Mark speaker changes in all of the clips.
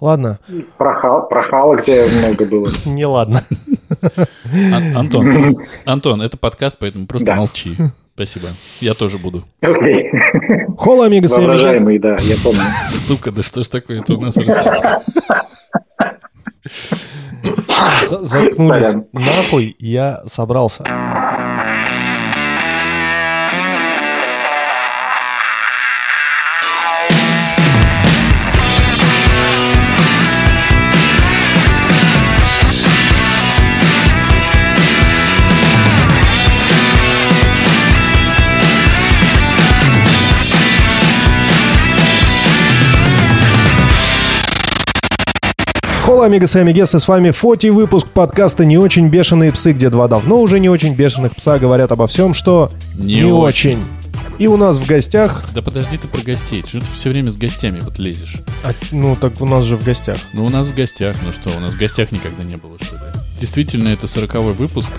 Speaker 1: Ладно.
Speaker 2: Прохал, прохала где много было.
Speaker 1: Не ладно.
Speaker 3: Ан- Антон, Антон, это подкаст, поэтому просто
Speaker 2: Да.
Speaker 3: молчи. Спасибо. Я тоже буду.
Speaker 2: Окей.
Speaker 1: Холла, амигос и обижай.
Speaker 2: Воображаемый, да, я помню.
Speaker 3: Сука, да что ж такое-то у нас? раз-
Speaker 1: За- Заткнулись.
Speaker 2: Сорян.
Speaker 1: Нахуй я собрался. Холла, амигос и амигессы, с вами Фоти, выпуск подкаста «Не очень бешеные псы», где два давно уже не очень бешеных пса говорят обо всем, что
Speaker 3: Не
Speaker 1: очень. И у нас в гостях...
Speaker 3: Да подожди ты про гостей. Чего ты все время с гостями вот лезешь?
Speaker 1: а, ну, так у нас же в гостях.
Speaker 3: Ну, у нас в гостях. Ну что, у нас в гостях никогда не было, что ли? Действительно, это сороковой выпуск,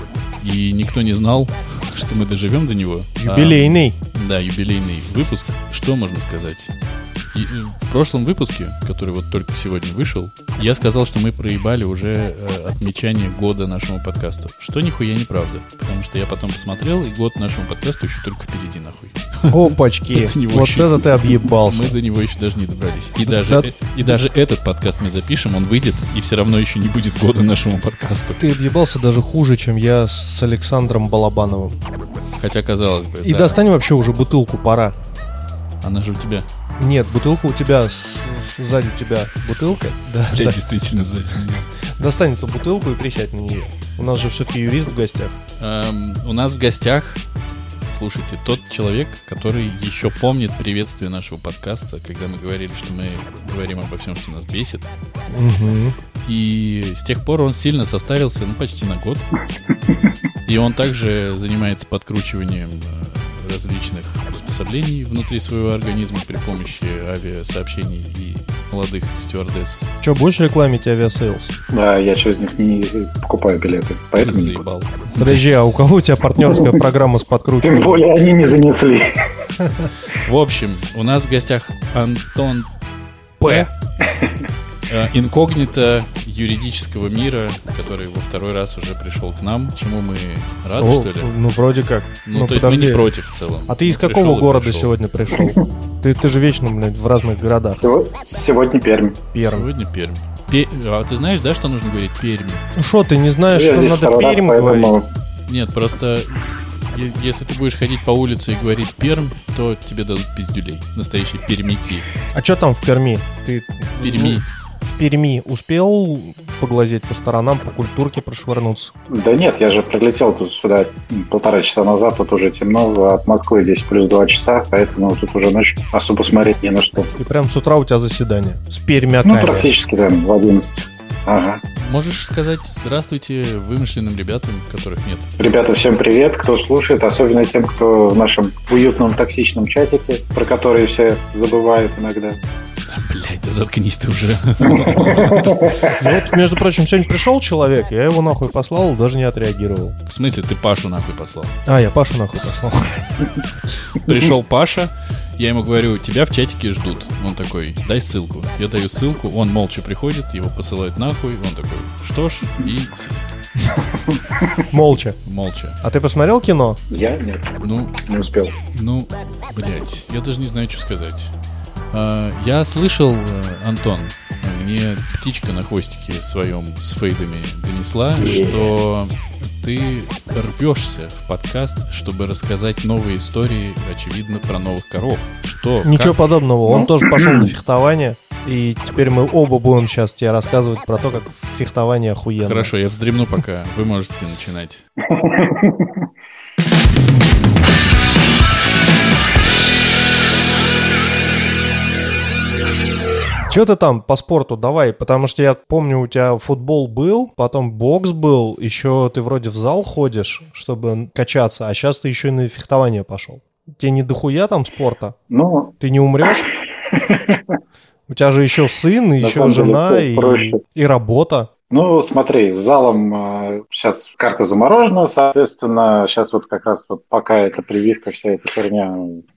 Speaker 3: и никто не знал, что мы доживем до него. А,
Speaker 1: Юбилейный.
Speaker 3: Да, юбилейный выпуск. Что можно сказать? И- В прошлом выпуске, который вот только сегодня вышел, я сказал, что мы проебали уже э, отмечание года нашему подкасту. Что нихуя не правда, потому что я потом посмотрел, и год нашему подкасту еще только впереди, нахуй.
Speaker 1: Опачки.
Speaker 3: Это не
Speaker 1: Вот
Speaker 3: очень.
Speaker 1: это ты объебался.
Speaker 3: Мы до него еще даже не добрались. И даже,
Speaker 1: Да.
Speaker 3: э- и даже этот подкаст мы запишем, он выйдет, и все равно еще не будет года нашему подкасту.
Speaker 1: Ты объебался даже хуже, чем я с Александром Балабановым.
Speaker 3: Хотя, казалось бы,
Speaker 1: И
Speaker 3: да.
Speaker 1: достань вообще уже бутылку, пора.
Speaker 3: она же у тебя,
Speaker 1: Нет, бутылка у тебя, с- с- сзади тебя бутылка. Да,
Speaker 3: блядь,
Speaker 1: да.
Speaker 3: действительно сзади меня.
Speaker 1: Достань эту бутылку и присядь на нее. У нас же все-таки юрист в гостях.
Speaker 3: Эм, у нас в гостях, слушайте, тот человек, который еще помнит приветствие нашего подкаста, когда мы говорили, что мы говорим обо всем, что нас бесит. И с тех пор он сильно состарился, ну, почти на год. И он также занимается подкручиванием э, различных приспособлений внутри своего организма при помощи авиасообщений и молодых стюардесс.
Speaker 1: Че, будешь рекламить авиасейлс?
Speaker 2: Да, я через них не покупаю билеты, поэтому не буду.
Speaker 3: Заебал.
Speaker 1: Подожди, а у кого у тебя партнерская программа с
Speaker 2: Тем
Speaker 1: подкручиванием?
Speaker 2: более они не занесли.
Speaker 3: В общем, у нас в гостях Антон
Speaker 1: П.
Speaker 3: Э, Инкогнито юридического мира, который во второй раз уже пришел к нам, чему мы рады,
Speaker 1: О,
Speaker 3: что ли?
Speaker 1: Ну, вроде как.
Speaker 3: Ну,
Speaker 1: Ну,
Speaker 3: то есть мы не
Speaker 1: подожди.
Speaker 3: против в целом.
Speaker 1: А ты из
Speaker 3: Ну,
Speaker 1: какого
Speaker 3: пришел и
Speaker 1: города
Speaker 3: пришел.
Speaker 1: сегодня пришел? Ты, ты же вечно, блядь, в разных городах.
Speaker 2: Сего- Сегодня Пермь.
Speaker 1: Пермь.
Speaker 3: Сегодня Пермь. Пе- А ты знаешь, да, что нужно говорить Пермь?
Speaker 1: Ну что, ты не знаешь,
Speaker 2: Я
Speaker 1: что
Speaker 2: здесь
Speaker 1: надо
Speaker 2: второй раз,
Speaker 1: Пермь
Speaker 2: поэтому
Speaker 1: говорить?
Speaker 3: Нет, просто е- если ты будешь ходить по улице и говорить Пермь, то тебе дадут пиздюлей. Настоящие пермяки.
Speaker 1: А что там в Перми? Ты
Speaker 3: В Перми.
Speaker 1: ну, в Перми успел поглазеть по сторонам, по культурке прошвырнуться?
Speaker 2: Да нет, я же прилетел тут сюда м, полтора часа назад, тут уже темно, а от Москвы здесь плюс два часа, поэтому тут уже ночь особо смотреть не на что.
Speaker 1: И прям с утра у тебя заседание. С пермяками.
Speaker 2: Ну, практически, да, в 11. Ага.
Speaker 3: Можешь сказать здравствуйте вымышленным ребятам, которых нет.
Speaker 2: Ребята, всем привет, кто слушает, особенно тем, кто в нашем уютном токсичном чатике, про который все забывают иногда.
Speaker 3: Блять, да заткнись ты уже.
Speaker 1: Ну вот, между прочим, сегодня пришел человек, я его нахуй послал, даже не отреагировал.
Speaker 3: В смысле, ты Пашу нахуй послал?
Speaker 1: А, я Пашу нахуй послал.
Speaker 3: Пришел Паша, я ему говорю, тебя в чатике ждут. Он такой, дай ссылку. Я даю ссылку, он молча приходит, его посылают нахуй. Он такой, что ж, и сидит
Speaker 1: Молча.
Speaker 3: молча.
Speaker 1: А ты посмотрел кино?
Speaker 2: Я? Нет,
Speaker 3: Ну,
Speaker 2: не успел.
Speaker 3: ну, блять, я даже не знаю, что сказать. А, я слышал, э, Антон, мне птичка на хвостике своем с фейдами донесла, что ты рвешься в подкаст, чтобы рассказать новые истории, очевидно, про новых коров. Что?
Speaker 1: Ничего
Speaker 3: как? Ну.
Speaker 1: подобного. Он тоже пошел на фехтование. И теперь мы оба будем сейчас тебе рассказывать про то, как фехтование охуенно.
Speaker 3: Хорошо, я вздремну пока. Вы можете начинать.
Speaker 1: Че ты там по спорту? Давай, потому что я помню, у тебя футбол был, потом бокс был, еще ты вроде в зал ходишь, чтобы качаться, а сейчас ты еще и на фехтование пошел. Тебе не дохуя там спорта?
Speaker 2: Ну,
Speaker 1: Ты не умрешь? У тебя же еще сын, и
Speaker 2: На
Speaker 1: еще
Speaker 2: самом деле
Speaker 1: жена,
Speaker 2: всё
Speaker 1: и,
Speaker 2: проще.
Speaker 1: и работа.
Speaker 2: Ну, смотри, с залом сейчас карта заморожена, соответственно, сейчас вот как раз вот пока эта прививка, вся эта херня,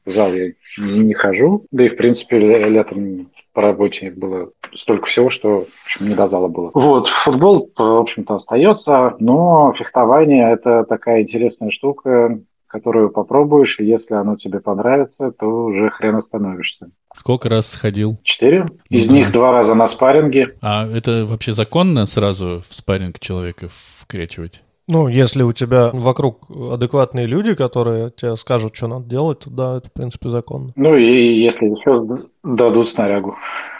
Speaker 2: в зал я не хожу, да и, в принципе, ле- летом по- по работе было столько всего, что, в общем, не до зала было. Вот, футбол, э, в общем-то, остается, но фехтование – это такая интересная штука, которую попробуешь, и если оно тебе понравится, то уже хрен остановишься.
Speaker 3: Сколько раз сходил?
Speaker 2: Четыре. Из
Speaker 3: Ну,
Speaker 2: них
Speaker 3: да.
Speaker 2: два раза на спарринге.
Speaker 3: А это вообще законно сразу в спарринг человека вкрячивать?
Speaker 1: Ну, если у тебя вокруг адекватные люди, которые тебе скажут, что надо делать, то да, это, в принципе, законно.
Speaker 2: Ну и если еще с- дадут снарягу.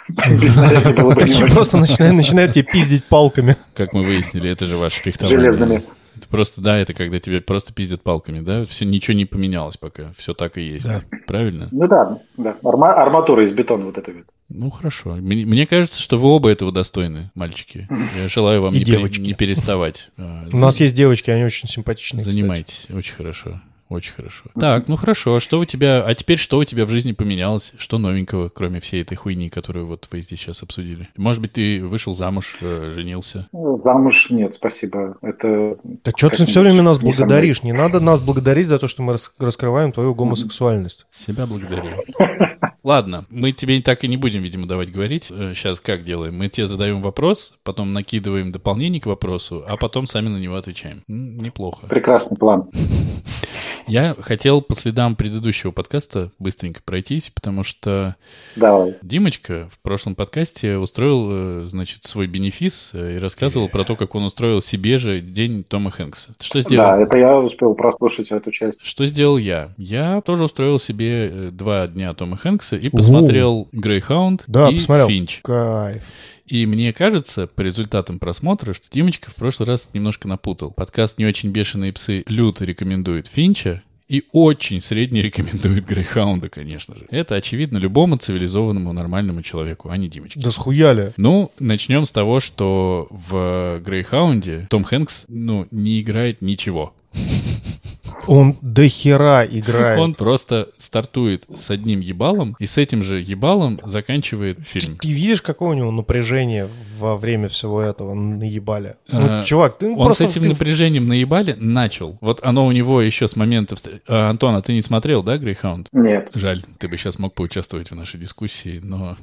Speaker 2: Без снаряги было бы не
Speaker 1: Такие
Speaker 2: очень.
Speaker 1: А просто начинают, начинают тебе пиздить палками.
Speaker 3: Как мы выяснили, это же ваше фехтование.
Speaker 2: Железными.
Speaker 3: Это просто, да, это когда тебе просто пиздят палками, да? Все, ничего не поменялось пока, все так и есть.
Speaker 1: Да.
Speaker 3: Правильно?
Speaker 2: Ну да, да. Арма- арматура из бетона вот эта вот.
Speaker 3: Ну, хорошо. Мне, мне кажется, что вы оба этого достойны, мальчики. Я желаю вам
Speaker 1: И
Speaker 3: не, пере-
Speaker 1: девочки.
Speaker 3: не переставать. А,
Speaker 1: У нас есть девочки, они очень симпатичные. кстати.
Speaker 3: Занимайтесь. Очень хорошо. Очень хорошо. Так, ну хорошо, а что у тебя... А теперь что у тебя в жизни поменялось? Что новенького, кроме всей этой хуйни, которую вот вы здесь сейчас обсудили? Может быть, ты вышел замуж, э, женился?
Speaker 2: Ну, Замуж нет, спасибо. Это
Speaker 1: Так что ты
Speaker 2: Как-нибудь.
Speaker 1: все время нас
Speaker 2: Не со мной.
Speaker 1: благодаришь? Не надо нас благодарить за то, что мы рас- раскрываем твою гомосексуальность.
Speaker 3: Себя благодарю. Ладно, мы тебе так и не будем, видимо, давать говорить. Сейчас как делаем? Мы тебе задаем вопрос, потом накидываем дополнение к вопросу, а потом сами на него отвечаем. М, Неплохо.
Speaker 2: прекрасный план.
Speaker 3: Я хотел по следам предыдущего подкаста быстренько пройтись, потому что
Speaker 2: Давай.
Speaker 3: Димочка в прошлом подкасте устроил, э, значит, свой бенефис э, и рассказывал про то, как он устроил себе же день Тома Хэнкса. Что сделал?
Speaker 2: Да, это я успел прослушать эту часть.
Speaker 3: Что сделал я? Я тоже устроил себе э, два дня Тома Хэнкса и посмотрел Грейхаунд
Speaker 1: Да,
Speaker 3: и
Speaker 1: посмотрел.
Speaker 3: Финч.
Speaker 1: Кайф.
Speaker 3: И мне кажется, по результатам просмотра, что Димочка в прошлый раз немножко напутал. Подкаст «Не очень бешеные псы» люто рекомендует Финча, и очень средне рекомендует Грейхаунда, конечно же. Это очевидно любому цивилизованному нормальному человеку, а не Димочке.
Speaker 1: Да схуяли.
Speaker 3: Ну, начнем с того, что в Грейхаунде Том Хэнкс, ну, не играет ничего.
Speaker 1: Он до хера играет.
Speaker 3: Он просто стартует с одним ебалом, и с этим же ебалом заканчивает фильм.
Speaker 1: Ты видишь, какое у него напряжение во время всего этого наебали?
Speaker 3: А,
Speaker 1: Ну, чувак, ты ну,
Speaker 3: Он
Speaker 1: просто...
Speaker 3: с этим
Speaker 1: ты-
Speaker 3: напряжением наебали начал. Вот оно у него еще с момента... встр- А, Антон, а ты не смотрел, да, Грейхаунд?
Speaker 2: Нет.
Speaker 3: Жаль, ты бы сейчас мог поучаствовать в нашей дискуссии, но...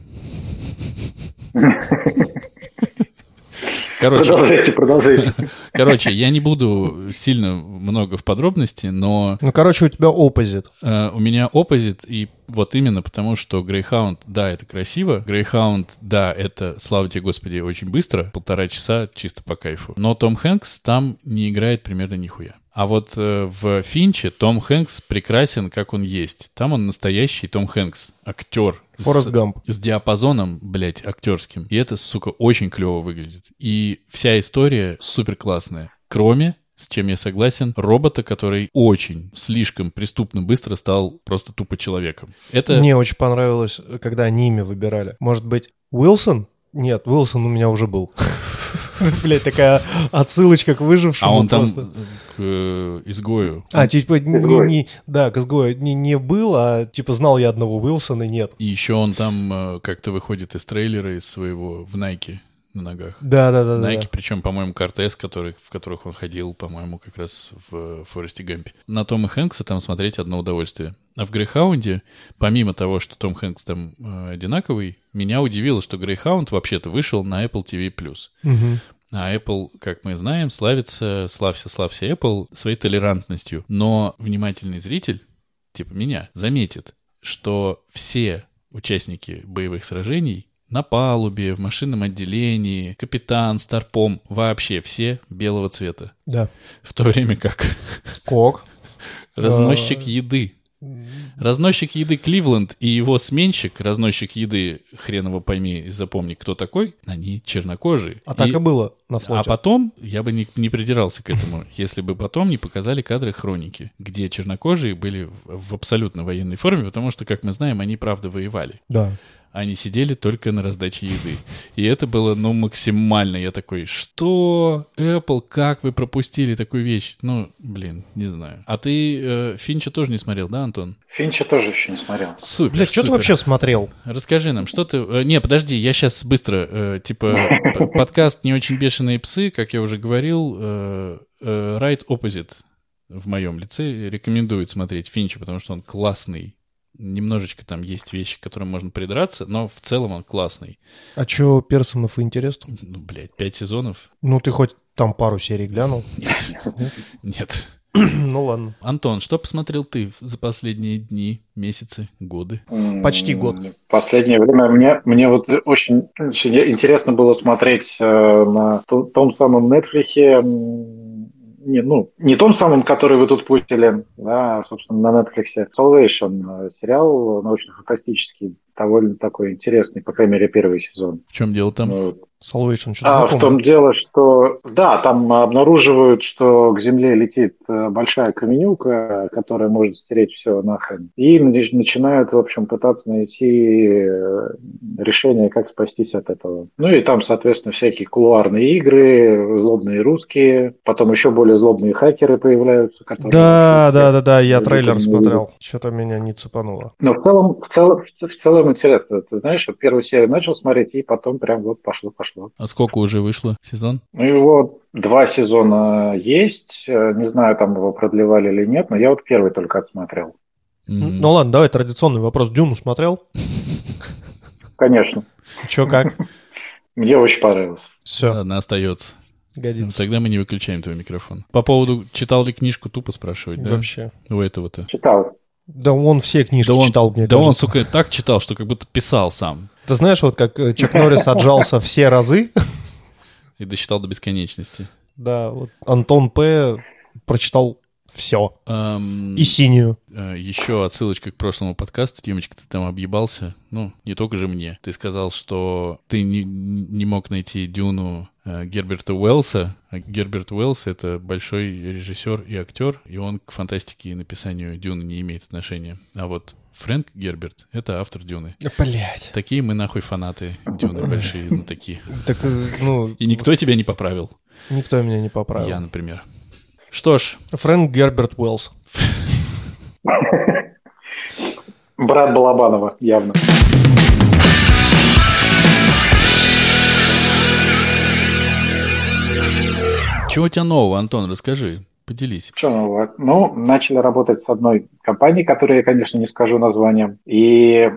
Speaker 3: Короче,
Speaker 2: Продолжайте, продолжайте.
Speaker 3: короче, я не буду сильно много в подробности, но
Speaker 1: Ну, короче, у тебя оппозит.
Speaker 3: Э, У меня оппозит, и вот именно потому, что Грейхаунд, да, это красиво. Грейхаунд, да, это, слава тебе, Господи, очень быстро, полтора часа чисто по кайфу. Но Том Хэнкс там не играет примерно нихуя. А вот э, в Финче Том Хэнкс прекрасен, как он есть. Там он настоящий Том Хэнкс, актер. с-
Speaker 1: Форест Гамп.
Speaker 3: с диапазоном, блядь, актерским. И это, сука, очень клево выглядит. И вся история супер классная. Кроме с чем я согласен, робота, который очень, слишком преступно быстро стал просто тупо человеком. Это...
Speaker 1: Мне очень понравилось, когда они имя выбирали. Может быть, Уилсон? Нет, Уилсон у меня уже был. Блять, такая отсылочка к выжившему.
Speaker 3: а он там
Speaker 1: просто.
Speaker 3: э, к э, изгою.
Speaker 1: А, типа, не-
Speaker 2: Изгой.
Speaker 1: не- да, к изгою не, не был, а типа знал я одного Уилсона, нет.
Speaker 3: И еще он там э, как-то выходит из трейлера из своего в Найке на ногах.
Speaker 1: Да, да, да, да.
Speaker 3: Найки, причем, по-моему, Кортес, который, в которых он ходил, по-моему, как раз в э, Форесте Гампе. На Тома Хэнкса там смотреть одно удовольствие. А в Грейхаунде, помимо того, что Том Хэнкс там э, одинаковый, меня удивило, что Грейхаунд вообще-то вышел на Apple TV+.
Speaker 1: Мгм.
Speaker 3: А Apple, как мы знаем, славится, славься, славься Apple своей толерантностью. Но внимательный зритель, типа меня, заметит, что все участники боевых сражений на палубе, в машинном отделении, капитан, старпом, вообще все белого цвета.
Speaker 1: Да.
Speaker 3: В то время как
Speaker 1: Кок.
Speaker 3: разносчик еды. Разносчик еды Кливленд и его сменщик, разносчик еды, хреново пойми и запомни, кто такой, они чернокожие.
Speaker 1: А так
Speaker 3: И-
Speaker 1: и было на
Speaker 3: а
Speaker 1: флоте.
Speaker 3: потом я бы не, не придирался к этому, если бы потом не показали кадры хроники, где чернокожие были в, в абсолютно военной форме, потому что, как мы знаем, они правда воевали.
Speaker 1: Да.
Speaker 3: Они сидели только на раздаче еды. И это было, ну, максимально. Я такой, что? Apple, как вы пропустили такую вещь? Ну, блин, не знаю. А ты э, Финча тоже не смотрел, да, Антон?
Speaker 2: Финча тоже еще не смотрел.
Speaker 3: Супер,
Speaker 1: Блять, что ты
Speaker 3: супер.
Speaker 1: вообще смотрел?
Speaker 3: Расскажи нам, что ты... э, Не, подожди, я сейчас быстро. э, Типа, п- подкаст «Не очень бешеные псы», как я уже говорил, э, э, Right Opposite в моем лице рекомендует смотреть Финча, потому что он классный, Немножечко там есть вещи, к которым можно придраться, но в целом он классный.
Speaker 1: А чё Персонов интересно?
Speaker 3: Ну, блядь, пять сезонов?
Speaker 1: Ну, ты хоть там пару серий глянул?
Speaker 3: Нет. Нет.
Speaker 1: ну, ладно.
Speaker 3: Антон, что посмотрел ты за последние дни, месяцы, годы?
Speaker 1: Почти год.
Speaker 2: В последнее время мне, мне вот очень, очень интересно было смотреть э, на то- том самом Netflix. м, Не, ну, не том самом, который вы тут пустили, да, а, собственно, на Netflix. Salvation э, сериал научно-фантастический, довольно такой интересный, по крайней мере, первый сезон.
Speaker 3: В чем дело там?
Speaker 2: Вот.
Speaker 1: Salvation, что-то
Speaker 2: А, в том дело, что да, там обнаруживают, что к Земле летит э, большая каменюка, которая может стереть все нахрен. И нач- начинают, в общем, пытаться найти э, решение, как спастись от этого. Ну и там, соответственно, всякие кулуарные игры, злобные русские, потом еще более злобные хакеры появляются. которые, в
Speaker 1: Да,
Speaker 2: общем,
Speaker 1: да, да, да, я
Speaker 2: Я ну,
Speaker 1: трейлер
Speaker 2: не
Speaker 1: смотрел. Что-то меня не цепануло.
Speaker 2: Но в целом, в целом, в ц- в целом интересно. Ты знаешь, что первую серию начал смотреть, и потом прям вот пошло-пошло.
Speaker 3: А сколько уже вышло сезон?
Speaker 2: Ну, его два сезона есть. Э, Не знаю, там его продлевали или нет, но я вот первый только отсмотрел.
Speaker 3: М,
Speaker 1: Ну ладно, давай традиционный вопрос. Дюну смотрел?
Speaker 2: Конечно.
Speaker 1: Че как?
Speaker 2: Мне очень понравилось.
Speaker 1: Все,
Speaker 3: Ладно, остается. Ну,
Speaker 1: годится.
Speaker 3: тогда мы не выключаем твой микрофон. По поводу, читал ли книжку, тупо спрашивать, да?
Speaker 1: Вообще.
Speaker 3: У этого-то.
Speaker 2: Читал.
Speaker 1: Да он все книжки
Speaker 3: Да он-
Speaker 1: читал, мне
Speaker 3: да он,
Speaker 1: кажется.
Speaker 3: сука, так читал, что как будто писал сам.
Speaker 1: Ты знаешь, вот как э, Чак Норрис отжался все разы?
Speaker 3: И досчитал до бесконечности.
Speaker 1: Да, вот Антон П. прочитал все.
Speaker 3: Эм,
Speaker 1: И синюю.
Speaker 3: э, еще отсылочка к прошлому подкасту. Тимочка, ты там объебался. Ну, не только же мне. Ты сказал, что ты не, не мог найти Дюну э, Герберта Уэллса. А Герберт Уэллс — это большой режиссер и актер, и он к фантастике и написанию Дюны не имеет отношения. А вот Фрэнк Герберт — это автор Дюны.
Speaker 1: Блять.
Speaker 3: Такие мы нахуй фанаты Дюны большие, знатоки.
Speaker 1: Так, э, ну,
Speaker 3: И никто тебя не поправил.
Speaker 1: никто меня не поправил.
Speaker 3: Я, например. Что ж,
Speaker 1: Фрэнк Герберт Уэллс.
Speaker 2: Брат Балабанова, явно.
Speaker 3: чего у тебя нового, Антон, расскажи, поделись.
Speaker 2: Что нового? Ну, начали работать с одной компанией, которой я, конечно, не скажу название. И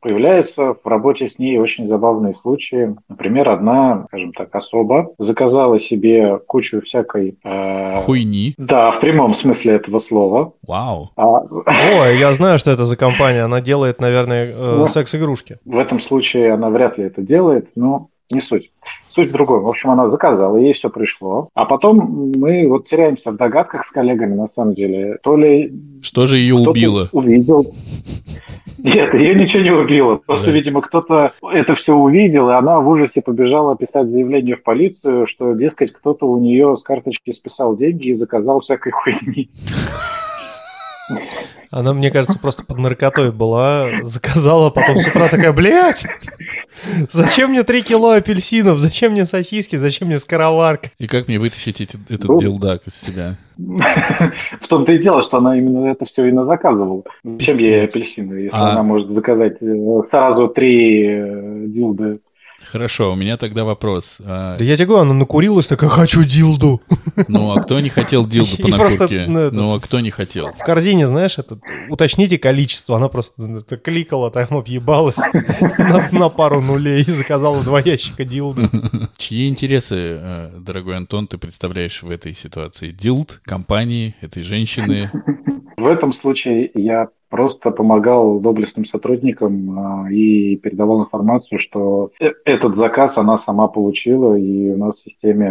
Speaker 2: появляются в работе с ней очень забавные случаи. Например, одна, скажем так, особа заказала себе кучу всякой... э,
Speaker 3: Хуйни.
Speaker 2: Да, в прямом смысле этого слова.
Speaker 3: Вау.
Speaker 2: А,
Speaker 1: О, я знаю, что это за компания. Она делает, наверное, э,
Speaker 2: Да.
Speaker 1: секс-игрушки.
Speaker 2: В этом случае она вряд ли это делает, но не суть. Суть в другом. В общем, она заказала, ей все пришло. А потом мы вот теряемся в догадках с коллегами, на самом деле. То ли
Speaker 3: Что же ее
Speaker 2: кто-то
Speaker 3: убило?
Speaker 2: увидел. Нет, ее ничего не убило. Просто,
Speaker 3: Жаль.
Speaker 2: видимо, кто-то это все увидел, и она в ужасе побежала писать заявление в полицию, что, дескать, кто-то у нее с карточки списал деньги и заказал всякой хуйни.
Speaker 1: Она, мне кажется, просто под наркотой была, заказала, потом с утра такая, блядь, зачем мне 3 кило апельсинов, зачем мне сосиски, зачем мне скороварка?
Speaker 3: И как мне вытащить эти- этот
Speaker 2: Ну.
Speaker 3: делдак из себя?
Speaker 2: В том-то и дело, что она именно это все и назаказывала. Зачем ей апельсины, если
Speaker 3: А.
Speaker 2: она может заказать э, сразу три э, дилды?
Speaker 3: Хорошо, у меня тогда вопрос. А,
Speaker 1: Да я тебе говорю, она накурилась, такая, хочу дилду.
Speaker 3: ну, а кто не хотел дилду по
Speaker 1: И просто,
Speaker 3: накурке?
Speaker 1: ну, этот-
Speaker 3: Ну, а кто не хотел?
Speaker 1: В корзине, знаешь, это, уточните количество, она просто ну, это кликала, там объебалась на, на пару нулей и заказала два ящика дилду.
Speaker 3: Чьи интересы, э, дорогой Антон, ты представляешь в этой ситуации? Дилд, компании, этой женщины?
Speaker 2: В этом случае я просто помогал доблестным сотрудникам э, и передавал информацию, что э- этот заказ она сама получила, и у нас в системе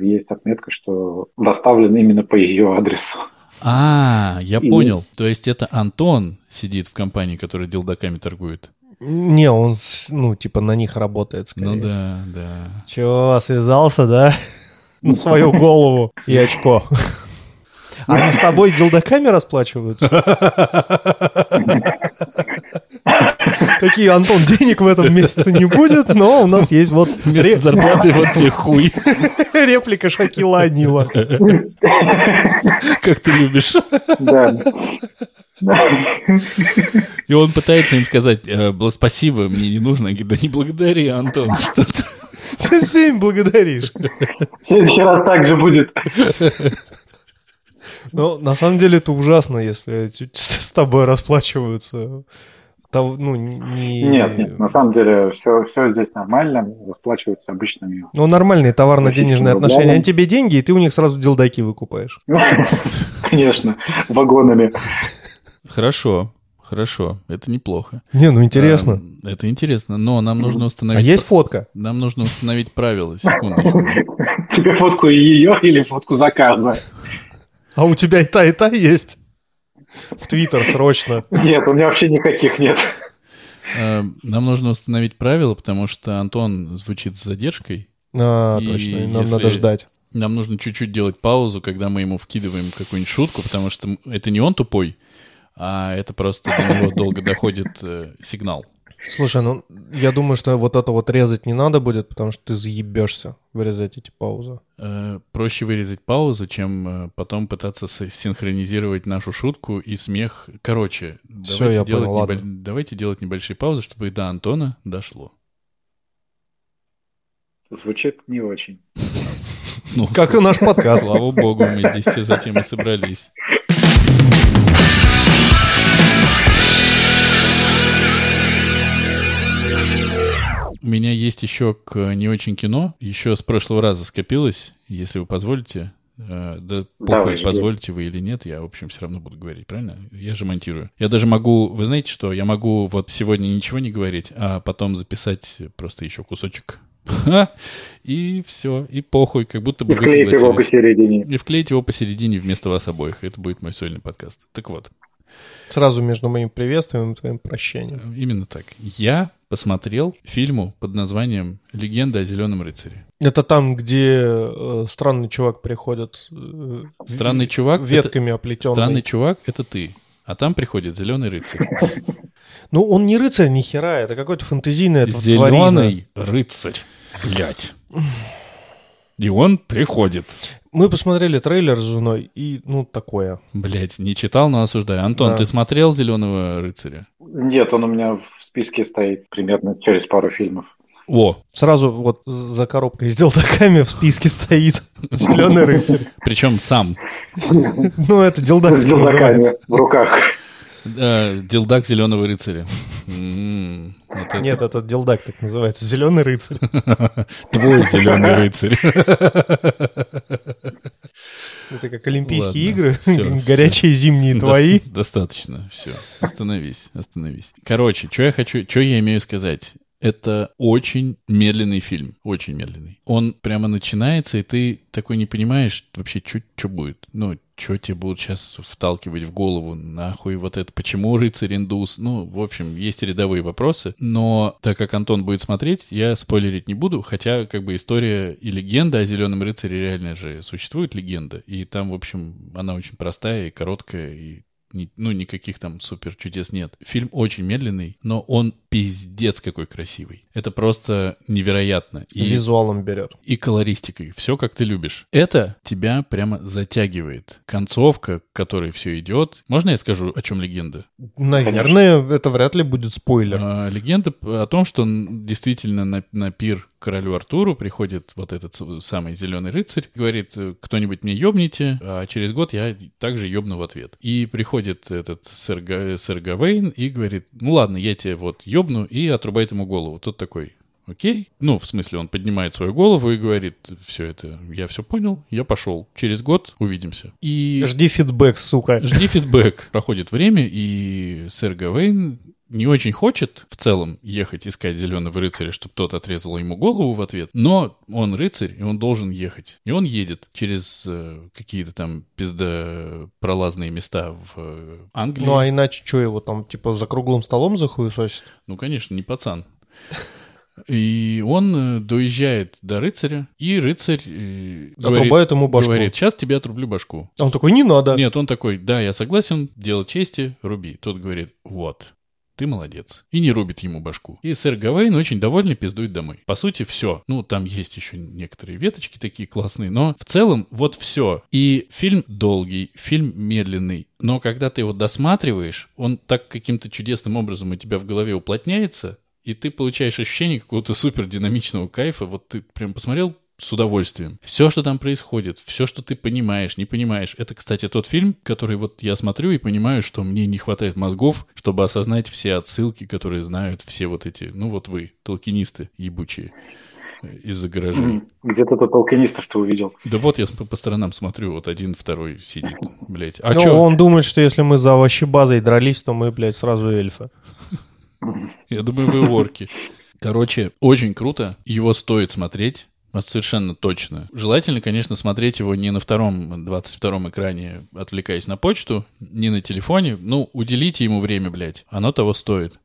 Speaker 2: э, есть отметка, что доставлен именно по ее адресу.
Speaker 3: А, я
Speaker 2: И-
Speaker 3: понял. То есть это Антон сидит в компании, которая делдаками торгует?
Speaker 1: Не, он, с- ну, типа, на них работает скорее.
Speaker 3: Ну да, да.
Speaker 1: Чего, связался, да? На свою голову и очко. А Они с тобой делдаками расплачиваются? Такие, Антон, денег в этом месяце не будет, но у нас есть вот
Speaker 3: Вместо
Speaker 1: ре-
Speaker 3: зарплаты вот тебе хуй,
Speaker 1: реплика Шакила Анила.
Speaker 3: как ты любишь.
Speaker 2: Да.
Speaker 3: И он пытается им сказать, э, «Бл- спасибо, мне не нужно. Я говорю, да не благодари, Антон, что ты.
Speaker 1: Сейчас всем благодаришь.
Speaker 2: В следующий раз так же будет.
Speaker 1: Но на самом деле это ужасно, если с с тобой расплачиваются. Там, ну, не...
Speaker 2: Нет, нет, ну, на самом деле все, все здесь нормально, расплачиваются обычными.
Speaker 1: Ну, нормальные товарно-денежные
Speaker 2: Российским
Speaker 1: отношения.
Speaker 2: рублям.
Speaker 1: Они тебе деньги, и ты у них сразу делдаки выкупаешь.
Speaker 2: Ну, Конечно, вагонами.
Speaker 3: Хорошо, хорошо, это неплохо.
Speaker 1: Не, ну интересно.
Speaker 3: Эм, ну, Это интересно, но нам нужно
Speaker 1: А,
Speaker 3: установить...
Speaker 1: есть фотка?
Speaker 3: Нам нужно установить правила, секундочку.
Speaker 2: Тебе фотку ее или фотку заказа?
Speaker 1: А у тебя и та, и та есть. В Твиттер срочно.
Speaker 2: Нет, у меня вообще никаких нет.
Speaker 3: Э, Нам нужно установить правила, потому что Антон звучит с задержкой.
Speaker 1: А,
Speaker 3: И
Speaker 1: точно, и нам
Speaker 3: если-
Speaker 1: надо ждать.
Speaker 3: Нам нужно чуть-чуть делать паузу, когда мы ему вкидываем какую-нибудь шутку, потому что это не он тупой, а это просто до него долго доходит э, сигнал.
Speaker 1: Слушай, ну я думаю, что вот это вот резать не надо будет, потому что ты заебешься вырезать эти паузы.
Speaker 3: Э, Проще вырезать паузу, чем э, потом пытаться с- синхронизировать нашу шутку и смех. Короче,
Speaker 1: Всё,
Speaker 3: давайте,
Speaker 1: я
Speaker 3: делать
Speaker 1: понял,
Speaker 3: небо-
Speaker 1: ладно.
Speaker 3: давайте делать небольшие паузы, чтобы и до Антона дошло.
Speaker 2: Звучит не очень.
Speaker 3: Ну,
Speaker 1: Как и наш подкаст.
Speaker 3: Слава богу, мы здесь все затем и собрались. У меня есть еще к не очень кино. Еще с прошлого раза скопилось, если вы позволите. Э, Да похуй,
Speaker 2: Давай, жги.
Speaker 3: позволите вы или нет, я, в общем, все равно буду говорить, правильно? Я же монтирую. Я даже могу, вы знаете что, я могу вот сегодня ничего не говорить, а потом записать просто еще кусочек. И все, и похуй, как будто бы
Speaker 2: И
Speaker 3: вы
Speaker 2: вклеить его
Speaker 3: согласились.
Speaker 2: посередине.
Speaker 3: И вклеить его посередине вместо вас обоих. Это будет мой сольный подкаст. Так вот,
Speaker 1: Сразу между моим приветствием и твоим прощением.
Speaker 3: именно так. Я посмотрел фильму под названием «Легенда о зеленом рыцаре».
Speaker 1: Это там, где э, странный чувак приходит. э,
Speaker 3: Странный
Speaker 1: в-
Speaker 3: чувак
Speaker 1: Ветками оплетенный.
Speaker 3: Странный чувак — это ты. А там приходит зеленый рыцарь.
Speaker 1: Ну, он не рыцарь, ни хера, это какой-то фэнтезийный это тварина.
Speaker 3: Зеленый рыцарь. Блять. И он приходит.
Speaker 1: Мы посмотрели трейлер с женой, и, ну, такое.
Speaker 3: Блять, не читал, но осуждаю. Антон,
Speaker 1: Да.
Speaker 3: ты смотрел зеленого рыцаря?
Speaker 2: Нет, он у меня в списке стоит примерно через пару фильмов.
Speaker 3: О,
Speaker 1: Сразу вот за коробкой с делдаками в списке стоит зеленый рыцарь.
Speaker 3: причем сам.
Speaker 1: Ну, это делдак
Speaker 2: С
Speaker 1: так
Speaker 2: делдаками
Speaker 1: называется.
Speaker 2: в руках.
Speaker 3: Э, Дилдак зеленого рыцаря. М, вот это
Speaker 1: Нет, этот делдак так называется. Зеленый рыцарь.
Speaker 3: Твой зеленый рыцарь.
Speaker 1: Это как Олимпийские
Speaker 3: Ладно,
Speaker 1: игры,
Speaker 3: всё,
Speaker 1: горячие зимние
Speaker 3: Доста-
Speaker 1: твои.
Speaker 3: Достаточно, все. Остановись, остановись. Короче, что я хочу, что я имею сказать? Это очень медленный фильм, очень медленный. Он прямо начинается, и ты такой не понимаешь вообще, что будет. Ну, что тебе будут сейчас вталкивать в голову, нахуй вот это, почему рыцарь индус? Ну, в общем, есть рядовые вопросы, но так как Антон будет смотреть, я спойлерить не буду, хотя как бы история и легенда о Зеленом рыцаре реально же существует легенда, и там, в общем, она очень простая и короткая, и ни- ну, никаких там супер чудес нет. Фильм очень медленный, но он пиздец какой красивый. Это просто невероятно. И
Speaker 1: Визуалом берет.
Speaker 3: и колористикой. Все, как ты любишь. Это тебя прямо затягивает. Концовка, к которой все идет. Можно я скажу, о чем легенда?
Speaker 1: Наверное, это вряд ли будет спойлер.
Speaker 3: А, легенда п- о том, что н- действительно на, на пир королю Артуру приходит вот этот с- самый зеленый рыцарь, говорит, э, кто-нибудь мне ёбните, а через год я также ёбну в ответ. И приходит этот сэр, Га- сэр Гавейн и говорит, ну ладно, я тебе вот ёбну, и отрубает ему голову. Тот такой, Окей? Ну, в смысле, он поднимает свою голову и говорит, все это, я все понял, я пошел. Через год увидимся. И...
Speaker 1: Жди фидбэк, сука.
Speaker 3: Жди фидбэк. Проходит время, и сэр Гавейн не очень хочет в целом ехать искать зеленого рыцаря, чтобы тот отрезал ему голову в ответ. Но он рыцарь, и он должен ехать. И он едет через э, какие-то там пиздопролазные места в э, Англии.
Speaker 1: Ну, а иначе что его там, типа, за круглым столом захуесосит?
Speaker 3: Ну, конечно, не пацан. И он э, доезжает до рыцаря, и рыцарь э, говорит,
Speaker 1: Отрубает ему башку.
Speaker 3: говорит, сейчас тебе отрублю башку.
Speaker 1: А Он такой, не надо.
Speaker 3: Нет, он такой, да, я согласен, дело чести, руби. Тот говорит, вот, ты молодец. И не рубит ему башку. И сэр Гавейн очень довольный пиздует домой. По сути, все. Ну, там есть еще некоторые веточки такие классные, но в целом вот все. И фильм долгий, фильм медленный, но когда ты его досматриваешь, он так каким-то чудесным образом у тебя в голове уплотняется, и ты получаешь ощущение какого-то супер динамичного кайфа. Вот ты прям посмотрел с удовольствием. Все, что там происходит, все, что ты понимаешь, не понимаешь. Это, кстати, тот фильм, который вот я смотрю и понимаю, что мне не хватает мозгов, чтобы осознать все отсылки, которые знают все вот эти, ну вот вы, толкинисты ебучие э, из-за гаражей.
Speaker 2: Где ты тут алкинистов-то увидел?
Speaker 3: Да вот я с- по, по сторонам смотрю, вот один, второй сидит, блядь. А
Speaker 1: ну,
Speaker 3: чё?
Speaker 1: он думает, что если мы за овощебазой дрались, то мы, блядь, сразу эльфы.
Speaker 3: Я думаю, вы орки. Короче, очень круто. Его стоит смотреть. а Совершенно точно. Желательно, конечно, смотреть его не на втором, 22-м экране, отвлекаясь на почту, не на телефоне. Ну, уделите ему время, блядь. Оно того стоит.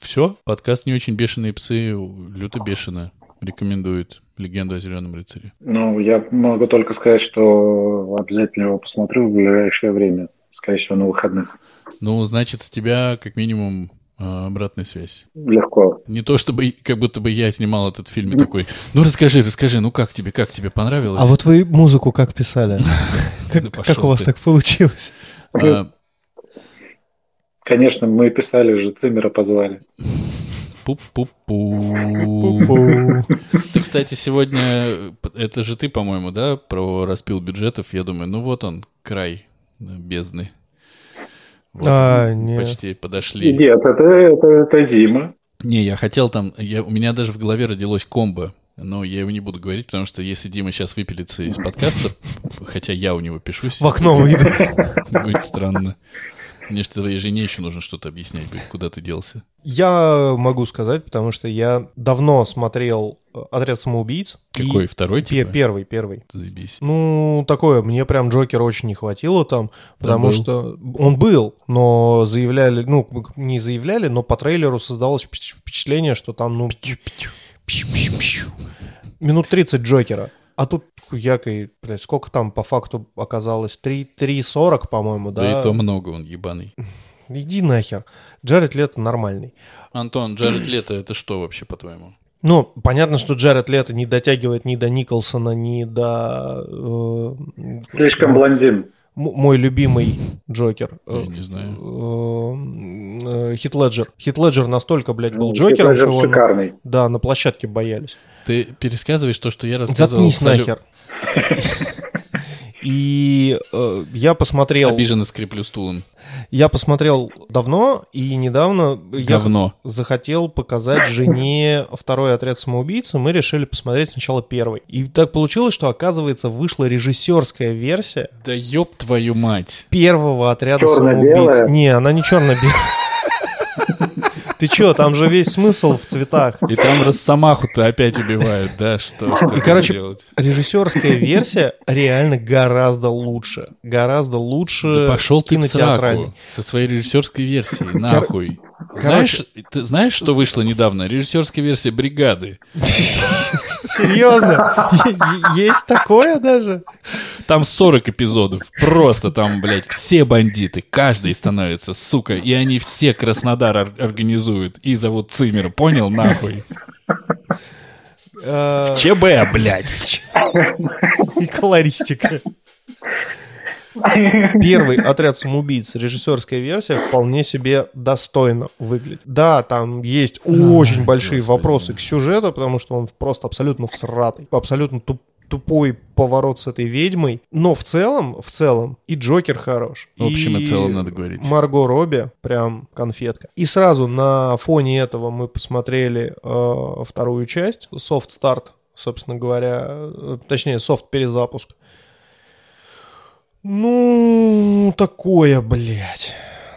Speaker 3: Все. Подкаст «Не очень бешеные псы» люто бешено рекомендует «Легенду о зеленом рыцаре».
Speaker 2: Ну, я могу только сказать, что обязательно его посмотрю в ближайшее время. Скорее всего, на выходных.
Speaker 3: Ну, значит, с тебя как минимум э, обратная связь.
Speaker 2: Легко.
Speaker 3: Не то чтобы, как будто бы я снимал этот фильм и такой, ну расскажи, расскажи, ну как тебе, как тебе понравилось?
Speaker 1: А вот вы музыку как писали? Как,
Speaker 3: Да
Speaker 1: как
Speaker 3: пошёл
Speaker 1: у вас
Speaker 3: ты.
Speaker 1: так получилось?
Speaker 3: А,
Speaker 2: Конечно, мы писали же, Циммера позвали.
Speaker 3: Пу-пу-пу.
Speaker 1: Бу.
Speaker 3: Ты, кстати, сегодня, это же ты, по-моему, да, про распил бюджетов, я думаю, ну вот он, край э, бездны. Вот
Speaker 1: А,
Speaker 3: мы
Speaker 1: нет.
Speaker 3: Почти подошли.
Speaker 2: Нет, это, это, это Дима.
Speaker 3: Не, я хотел там, я, у меня даже в голове родилось комбо, но я его не буду говорить, потому что если Дима сейчас выпилится из подкаста, хотя я у него пишусь,
Speaker 1: В окно выйду.
Speaker 3: будет странно. Мне же твоей жене еще нужно что-то объяснять, блядь, куда ты делся.
Speaker 1: Я могу сказать, потому что я давно смотрел э, «Отряд самоубийц». и
Speaker 3: Какой, второй
Speaker 1: пе-
Speaker 3: типа?
Speaker 1: Первый, первый.
Speaker 3: Заебись.
Speaker 1: Ну, такое, мне прям Джокера очень не хватило там, потому
Speaker 3: был?
Speaker 1: что он был, но заявляли, ну, к- не заявляли, но по трейлеру создалось впечат- впечатление, что там, ну, пищу-пищу. минут 30 Джокера. А тут хуякой, блядь, сколько там по факту оказалось? 3, 3,40, по-моему,
Speaker 3: Да.
Speaker 1: да?
Speaker 3: и то много он ебаный.
Speaker 1: Иди нахер. Джаред Лето нормальный.
Speaker 3: Антон, Джаред Лето, это что вообще, по-твоему?
Speaker 1: Ну, понятно, что Джаред Лето не дотягивает ни до Николсона, ни до... э,
Speaker 2: Слишком
Speaker 1: м-
Speaker 2: блондин.
Speaker 1: Мой любимый Джокер. Э,
Speaker 3: Я не знаю.
Speaker 1: знаю. э, Хит Леджер. Хит Леджер настолько, блядь, был Джокером,
Speaker 2: Хит Леджер
Speaker 1: что его, на-
Speaker 2: Ну, шикарный.
Speaker 1: да, на площадке боялись.
Speaker 3: Ты пересказываешь то, что я рассказывал.
Speaker 1: Заткнись
Speaker 3: Салю-
Speaker 1: нахер. И э, я посмотрел,
Speaker 3: Обиженно скреплю стулом.
Speaker 1: я посмотрел давно и недавно я
Speaker 3: Говно.
Speaker 1: захотел показать жене второй отряд самоубийц, и мы решили посмотреть сначала первый. И так получилось, что, оказывается, вышла режиссерская версия
Speaker 3: Да ёб твою мать.
Speaker 1: первого отряда
Speaker 2: Чёрно-белая?
Speaker 1: самоубийц. Не, она не черно-белая. Ты чё, там же весь смысл в цветах.
Speaker 3: И там Росомаху-то опять убивают, да? Что, что
Speaker 1: И, короче,
Speaker 3: делать?
Speaker 1: Режиссерская версия реально гораздо лучше. Гораздо лучше
Speaker 3: Да пошел ты в
Speaker 1: кинотеатральной.
Speaker 3: сраку со своей режиссерской версией, нахуй. Знаешь, ты знаешь, что вышло недавно? Режиссерская версия «Бригады».
Speaker 1: Серьезно? Е- е- Есть такое даже?
Speaker 3: Там 40 эпизодов. Просто там, блядь, все бандиты. Каждый становится, сука. И они все Краснодар ор- организуют. И зовут Циммер. Понял, нахуй?
Speaker 1: Э,
Speaker 3: ЧБ, блядь.
Speaker 1: И колористика. Первый отряд самоубийц, режиссерская версия, вполне себе достойно выглядит. Да, там есть очень большие
Speaker 3: господи.
Speaker 1: вопросы к сюжету, потому что он просто абсолютно всратый, абсолютно туп- тупой поворот с этой ведьмой, но в целом, в целом и Джокер хорош.
Speaker 3: В общем и целом надо говорить.
Speaker 1: Марго Робби прям конфетка. И сразу на фоне этого мы посмотрели э, вторую часть, софт старт, собственно говоря, э, точнее софт перезапуск. Ну, такое, блядь,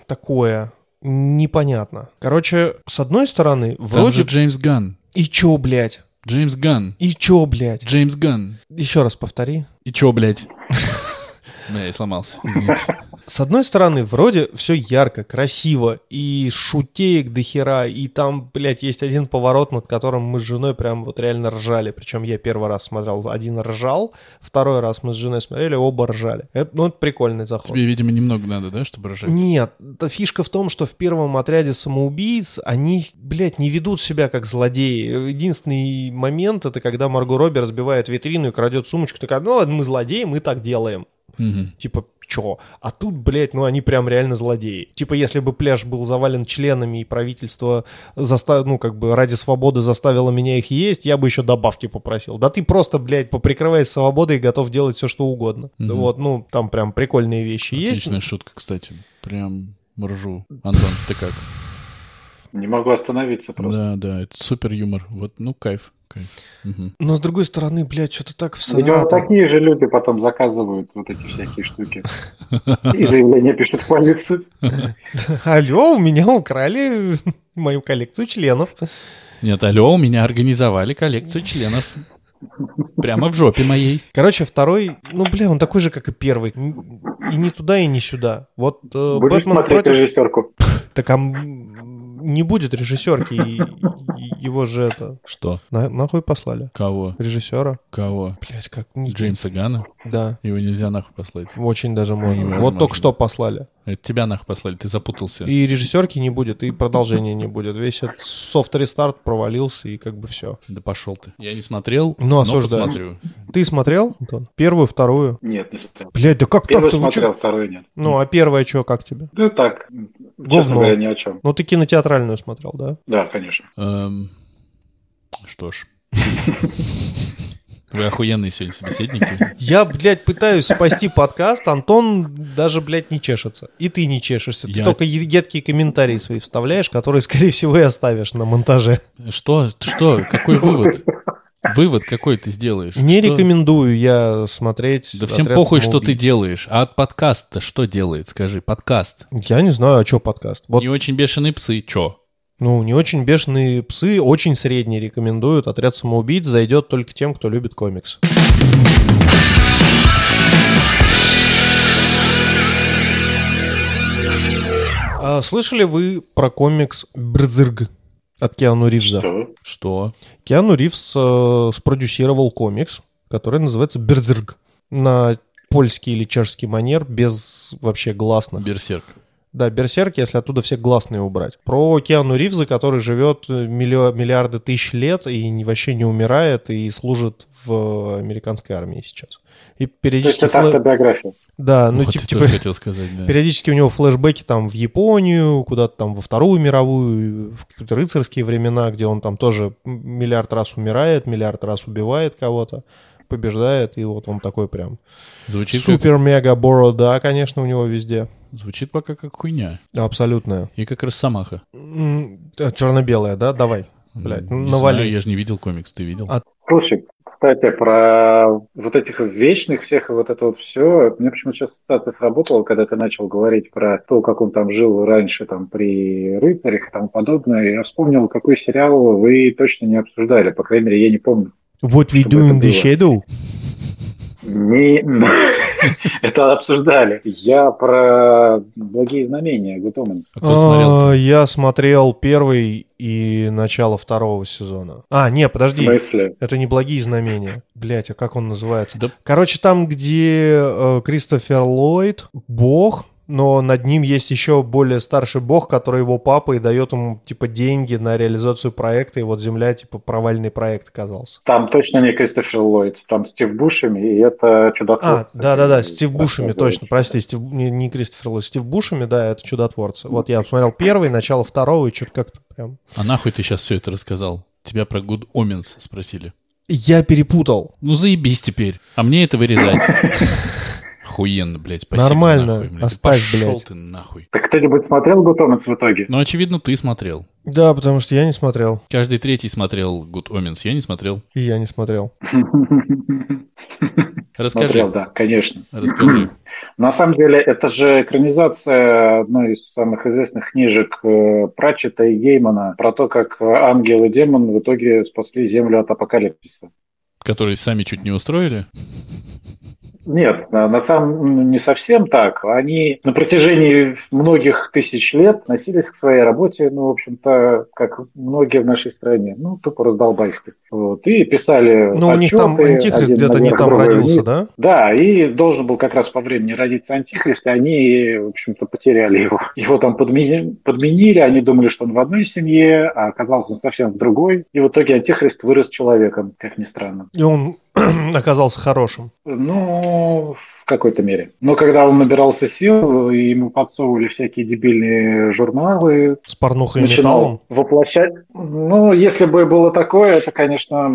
Speaker 1: такое. Непонятно. Короче, с одной стороны,
Speaker 3: Там
Speaker 1: вроде...
Speaker 3: же Джеймс Ган.
Speaker 1: И чё, блядь?
Speaker 3: Джеймс Ган.
Speaker 1: И чё, блядь?
Speaker 3: Джеймс Ган.
Speaker 1: Еще раз повтори.
Speaker 3: И чё, блядь? Бля, я сломался, извините.
Speaker 1: С одной стороны, вроде все ярко, красиво, и шутеек до хера, и там, блядь, есть один поворот, над которым мы с женой прям вот реально ржали. Причем я первый раз смотрел, один ржал, второй раз мы с женой смотрели, оба ржали. Это, ну, это прикольный заход.
Speaker 3: Тебе, видимо, немного надо, да, чтобы рожать?
Speaker 1: Нет, та фишка в том, что в первом отряде самоубийц они, блядь, не ведут себя как злодеи. Единственный момент это когда Марго Робби разбивает витрину и крадет сумочку, такая, ну ладно, мы злодеи, мы так делаем.
Speaker 3: Мгм.
Speaker 1: Типа, чё? А тут, блядь, ну они прям реально злодеи. Типа, если бы пляж был завален членами и правительство заста- ну, как бы ради свободы заставило меня их есть, я бы еще добавки попросил. Да ты просто, блядь, поприкрываясь свободой, готов делать все, что угодно.
Speaker 3: Мгм.
Speaker 1: Вот, ну, там прям прикольные вещи
Speaker 3: Отличная
Speaker 1: есть.
Speaker 3: шутка, кстати. Прям ржу. Антон, ты как?
Speaker 2: Не могу остановиться просто.
Speaker 3: Да, да, это супер юмор. Вот, ну, кайф. кайф. Мгм.
Speaker 1: Но с другой стороны, блядь, что-то Ну, так
Speaker 2: Видимо,
Speaker 1: всрато.
Speaker 2: такие же люди потом заказывают вот эти всякие штуки. И заявление пишут в полицию.
Speaker 1: Алло, у меня украли мою коллекцию членов.
Speaker 3: Нет, алло, у меня организовали коллекцию членов. Прямо в жопе моей.
Speaker 1: Короче, второй, ну, бля, он такой же, как и первый. Н- И не туда, и не сюда. Вот э,
Speaker 2: Будешь
Speaker 1: Бэтмен
Speaker 2: смотреть
Speaker 1: против...
Speaker 2: режиссерку?
Speaker 1: Так а м, не будет режиссерки, и- и его же это...
Speaker 3: Что?
Speaker 1: на- нахуй послали?
Speaker 3: Кого?
Speaker 1: Режиссера?
Speaker 3: Кого?
Speaker 1: Блять, как... ни-
Speaker 3: Джеймса Гана?
Speaker 1: Да,
Speaker 3: Его нельзя нахуй послать.
Speaker 1: очень даже можно.
Speaker 3: Невозможно.
Speaker 1: Вот только что послали.
Speaker 3: Это тебя нахуй послали, ты запутался.
Speaker 1: И режиссерки не будет, и продолжения не будет. Весь этот софт-рестарт провалился, и как бы все.
Speaker 3: Да пошел ты. Я не смотрел,
Speaker 1: Ну,
Speaker 3: но
Speaker 1: осуждаю.
Speaker 3: посмотрю.
Speaker 1: Ты смотрел, Антон? Первую, вторую?
Speaker 2: Нет, не смотрел.
Speaker 1: Блять, да как
Speaker 2: Первый
Speaker 1: так-то? Вы чё?
Speaker 2: смотрел, второй нет.
Speaker 1: Ну, а первая что, как тебе?
Speaker 2: Да так, м, честно
Speaker 1: Говно.
Speaker 2: говоря, ни о чем.
Speaker 1: Ну, ты кинотеатральную смотрел, да?
Speaker 2: Да, конечно.
Speaker 3: Эм, что ж. Вы охуенные сегодня собеседники.
Speaker 1: Я, блядь, пытаюсь спасти подкаст, Антон даже, блядь, не чешется. И ты не чешешься. Ты
Speaker 3: Я-
Speaker 1: только е- едкие комментарии свои вставляешь, которые, скорее всего, и оставишь на монтаже.
Speaker 3: Что? Что? Какой вывод? Вывод какой ты сделаешь?
Speaker 1: Не
Speaker 3: Что-
Speaker 1: рекомендую я смотреть.
Speaker 3: Да всем
Speaker 1: «Отряд
Speaker 3: похуй, что ты
Speaker 1: самоубийц».
Speaker 3: делаешь. А от подкаста что делает, скажи? Подкаст.
Speaker 1: Я не знаю, а что подкаст. Вот,
Speaker 3: Не очень бешеные псы, чё?
Speaker 1: ну, не очень бешеные псы, очень средний рекомендуют. Отряд самоубийц зайдет только тем, кто любит комикс. А слышали вы про комикс Берзерг от Киану Ривза?
Speaker 2: Что?
Speaker 3: Что?
Speaker 1: Киану Ривз э, спродюсировал комикс, который называется Берзерг. На польский или чешский манер, без вообще гласных.
Speaker 3: Берсерк.
Speaker 1: Да, Берсерк, если оттуда все гласные убрать. Про Киану Ривза, который живет э, миллио- миллиарды тысяч лет и не- вообще не умирает и служит в американской армии сейчас. И
Speaker 2: То есть
Speaker 1: периодически...
Speaker 2: это
Speaker 1: флэ-
Speaker 2: автобиография.
Speaker 1: Да, ну
Speaker 3: вот
Speaker 1: типа...
Speaker 3: я тоже хотел сказать, да.
Speaker 1: Периодически у него флешбеки там в Японию, куда-то там во Вторую мировую, в какие-то рыцарские времена, где он там тоже м- миллиард раз умирает, миллиард раз убивает кого-то, побеждает, и вот он такой прям
Speaker 3: Звучит, как-
Speaker 1: супер-мега-борода, конечно, у него везде.
Speaker 3: звучит пока как хуйня.
Speaker 1: Абсолютная.
Speaker 3: И как росомаха.
Speaker 1: М, э, Черно-белая, да? Давай. Блядь,
Speaker 3: Не
Speaker 1: навали.
Speaker 3: знаю, я же не видел комикс, ты видел?
Speaker 1: А-
Speaker 2: Слушай, кстати, про вот этих вечных всех и вот это вот все. Мне почему-то сейчас ассоциация сработала, когда ты начал говорить про то, как он там жил раньше там при рыцарях и тому подобное. Я вспомнил, какой сериал вы точно не обсуждали. По крайней мере, я не помню.
Speaker 1: What we
Speaker 2: Чтобы
Speaker 1: do in
Speaker 2: это
Speaker 1: the shadow?
Speaker 2: Не... Это обсуждали. Я про благие знамения Гутоманс.
Speaker 3: А кто смотрел?
Speaker 1: А, Я смотрел первый и начало второго сезона. А, не,
Speaker 2: В
Speaker 1: подожди.
Speaker 2: смысле?
Speaker 1: Это не благие знамения. Блять, а как он называется?
Speaker 3: Да-
Speaker 1: Короче, там, где э, Кристофер Ллойд, бог, но над ним есть еще более старший бог, который его папа и дает ему, типа, деньги на реализацию проекта, и вот Земля, типа, провальный проект оказался.
Speaker 2: Там точно не Кристофер Ллойд, там Стив Бушами, и это чудотворцы.
Speaker 1: А, да-да-да, Стив
Speaker 2: Так,
Speaker 1: Бушами,
Speaker 2: так,
Speaker 1: точно,
Speaker 2: так.
Speaker 1: прости, Стив- не, не Кристофер Ллойд, Стив Бушами, да, это чудотворцы. Вот я посмотрел первый, начало второго, и что-то как-то прям...
Speaker 3: А нахуй ты сейчас все это рассказал? Тебя про Good Omens спросили.
Speaker 1: Я перепутал.
Speaker 3: Ну заебись теперь. А мне это вырезать. Охуенно, блядь, спасибо.
Speaker 1: Нормально,
Speaker 3: нахуй, блядь.
Speaker 1: оставь,
Speaker 3: Пошел
Speaker 1: блядь.
Speaker 3: ты нахуй.
Speaker 2: Так кто-нибудь смотрел Гутоманс в итоге?
Speaker 3: Ну, очевидно, ты смотрел.
Speaker 1: Да, потому что я не смотрел,
Speaker 3: Каждый третий смотрел Good Omens, я не смотрел.
Speaker 1: и я не смотрел.
Speaker 3: Расскажи,
Speaker 2: Смотрел, да, конечно.
Speaker 3: расскажи.
Speaker 2: На самом деле, это же экранизация одной из самых известных книжек э, Пратчета и Геймана про то, как ангел и демон в итоге спасли Землю от апокалипсиса.
Speaker 3: Которые сами чуть не устроили.
Speaker 2: Нет, на на самом ну, не совсем так. Они на протяжении многих тысяч лет носились к своей работе, ну, в общем-то, как многие в нашей стране, ну, тупо раздолбайски. Вот, и писали
Speaker 1: Ну, у них там
Speaker 2: отчеты,
Speaker 1: антихрист
Speaker 2: один
Speaker 1: где-то не
Speaker 2: наверх,
Speaker 1: там
Speaker 2: другой
Speaker 1: родился,
Speaker 2: вниз.
Speaker 1: да?
Speaker 2: Да, и должен был как раз по времени родиться антихрист, и они, в общем-то, потеряли его. Его там подмени- подменили, они думали, что он в одной семье, а оказался он совсем в другой. И в итоге антихрист вырос человеком, как ни странно.
Speaker 1: И он оказался хорошим?
Speaker 2: Ну, в какой-то мере. Но когда он набирался сил, и ему подсовывали всякие дебильные журналы,
Speaker 1: С порнухой и металлом?
Speaker 2: начинал воплощать. Ну, если бы было такое, это, конечно,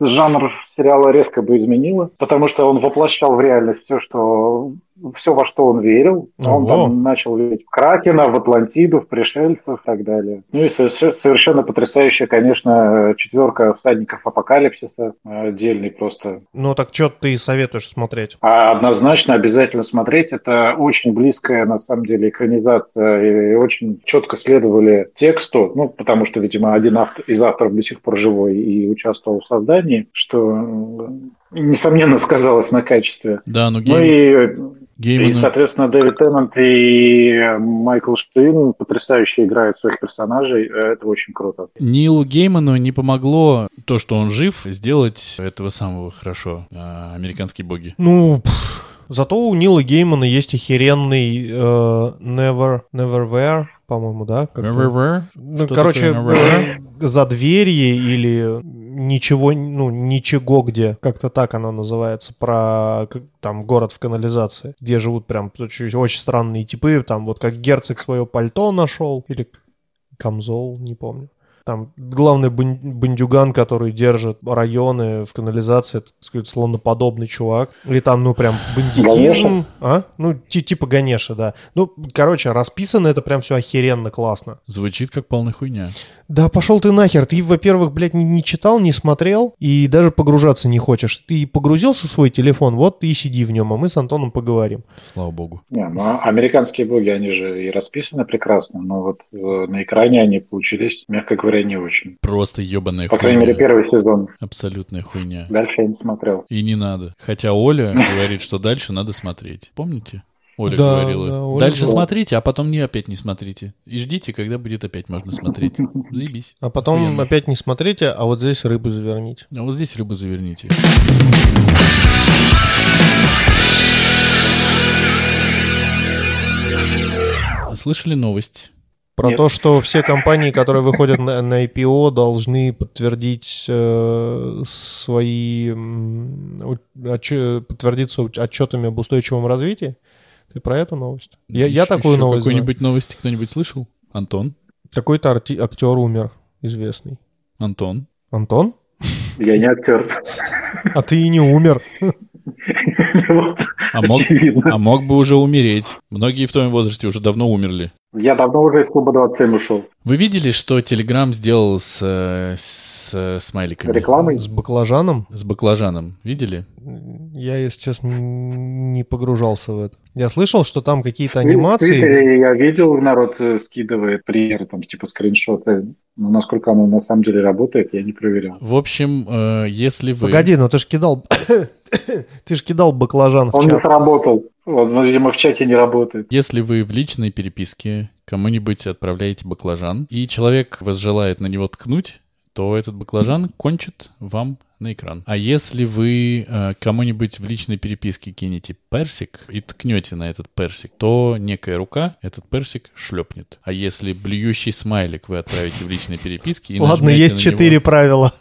Speaker 2: жанр сериала резко бы изменило, потому что он воплощал в реальность все, что все, во что он верил. Он
Speaker 1: Ого.
Speaker 2: там начал верить в Кракена, в Атлантиду, в пришельцев и так далее. Ну и соверш- совершенно потрясающая, конечно, четверка всадников апокалипсиса. э, Отдельный просто
Speaker 1: Ну так что ты и советуешь смотреть?
Speaker 2: а однозначно обязательно смотреть. Это очень близкая, на самом деле, экранизация. И очень четко следовали тексту, ну, потому что, видимо, один автор, из авторов до сих пор живой и участвовал в создании, что, м, несомненно, сказалось на качестве.
Speaker 3: Да, ну
Speaker 2: Ну
Speaker 3: Гей...
Speaker 2: и, и,
Speaker 3: Геймана...
Speaker 2: соответственно, Дэвид Теннант и э, Майкл Штейн потрясающе играют своих персонажей. Э, Это очень круто.
Speaker 3: Нилу Гейману не помогло то, что он жив, сделать этого самого хорошо. а, американские боги.
Speaker 1: Ну, пф, зато у Нила Геймана есть охеренный э, Never, Neverwhere, по-моему, да? как-то?
Speaker 3: Where-where?
Speaker 1: Ну,
Speaker 3: Что
Speaker 1: короче,
Speaker 3: такое Neverwhere?
Speaker 1: за или ничего, ну, ничего где, как-то так оно называется, про к- там город в канализации, где живут прям очень, очень странные типы, там вот как герцог свое пальто нашел, или к- камзол, не помню. Там главный бан- бандюган, который держит районы в канализации, это, так сказать, слоноподобный чувак. Или там, ну, прям бандитизм. А? Ну, ти- типа Ганеша, да. Ну, короче, расписано это прям все охеренно классно.
Speaker 3: Звучит как полная хуйня.
Speaker 1: Да пошел ты нахер, ты, во-первых, блядь, не, не читал, не смотрел и даже погружаться не хочешь. Ты погрузился в свой телефон, вот ты и сиди в нем, а мы с Антоном поговорим.
Speaker 3: Слава богу.
Speaker 2: Не, ну, а американские боги, они же и расписаны прекрасно, но вот э, на экране они получились, мягко говоря, не очень.
Speaker 3: Просто ебаная
Speaker 2: По
Speaker 3: хуйня.
Speaker 2: крайней мере, первый сезон.
Speaker 3: Абсолютная хуйня.
Speaker 2: Дальше я не смотрел.
Speaker 3: И не надо. Хотя Оля говорит, что дальше надо смотреть. Помните? Оля
Speaker 1: Да,
Speaker 3: говорила.
Speaker 1: да, Оля
Speaker 3: дальше
Speaker 1: говорила.
Speaker 3: смотрите, а потом не опять не смотрите. И ждите, когда будет опять можно смотреть. Заебись.
Speaker 1: А потом
Speaker 3: Охуенно.
Speaker 1: опять не смотрите, а вот здесь рыбу заверните.
Speaker 3: А вот здесь рыбу заверните. Слышали новость?
Speaker 1: Про
Speaker 2: Нет.
Speaker 1: то, что все компании, которые выходят на, на IPO, должны подтвердить э, свои м, у- отче- подтвердиться уч- отчетами об устойчивом развитии. Ты про эту новость? Я, я
Speaker 3: Ещё-
Speaker 1: такую
Speaker 3: ещё
Speaker 1: новость знаю.
Speaker 3: Какой-нибудь новости кто-нибудь слышал? Антон?
Speaker 1: Какой-то арти- актер умер известный.
Speaker 3: Антон?
Speaker 1: Антон?
Speaker 2: Я не актер.
Speaker 1: А ты и не умер.
Speaker 2: Вот,
Speaker 3: А мог,
Speaker 2: очевидно.
Speaker 3: а мог бы уже умереть. Многие в твоем возрасте уже давно умерли.
Speaker 2: Я давно уже из клуба 27 ушел.
Speaker 3: Вы видели, что Telegram сделал с, э, с э, смайликами?
Speaker 2: Рекламой?
Speaker 1: С баклажаном?
Speaker 3: С баклажаном. Видели?
Speaker 1: Я, если честно, н- не погружался в это. Я слышал, что там какие-то
Speaker 2: В
Speaker 1: анимации.
Speaker 2: Твиттере Я видел, народ э, скидывает примеры, там, типа скриншоты. Но насколько оно на самом деле работает, я не проверял.
Speaker 3: В общем, э, если вы...
Speaker 1: Погоди, но ты же кидал... ты же кидал
Speaker 3: А
Speaker 1: баклажан в
Speaker 2: Он не
Speaker 1: чат.
Speaker 2: сработал. Он, ну, видимо, в чате не работает.
Speaker 3: Если вы в личной переписке кому-нибудь отправляете баклажан, и человек вас желает на него ткнуть, то этот баклажан кончит вам на экран. А если вы э, кому-нибудь в личной переписке кинете персик и ткнете на этот персик, то некая рука этот персик шлепнет. А если блюющий смайлик вы отправите в личной переписке и
Speaker 1: Ладно,
Speaker 3: нажмете
Speaker 1: есть
Speaker 3: на него-
Speaker 1: четыре правила.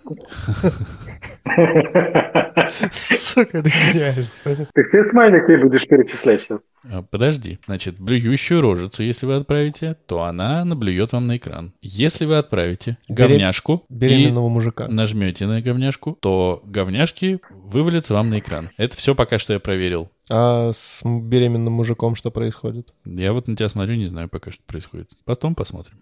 Speaker 1: Сука, это гениально.
Speaker 2: Ты все смайлики будешь перечислять сейчас?
Speaker 3: А, Подожди. Значит, блюющую рожицу, если вы отправите, то она наблюет вам на экран. Если вы отправите
Speaker 1: Бере-
Speaker 3: говняшку и
Speaker 1: Беременного мужика.
Speaker 3: нажмете на говняшку, то говняшки вывалятся вам на экран. Это все пока что я проверил.
Speaker 1: А с м- беременным мужиком что происходит?
Speaker 3: Я вот на тебя смотрю, не знаю пока что происходит. Потом посмотрим.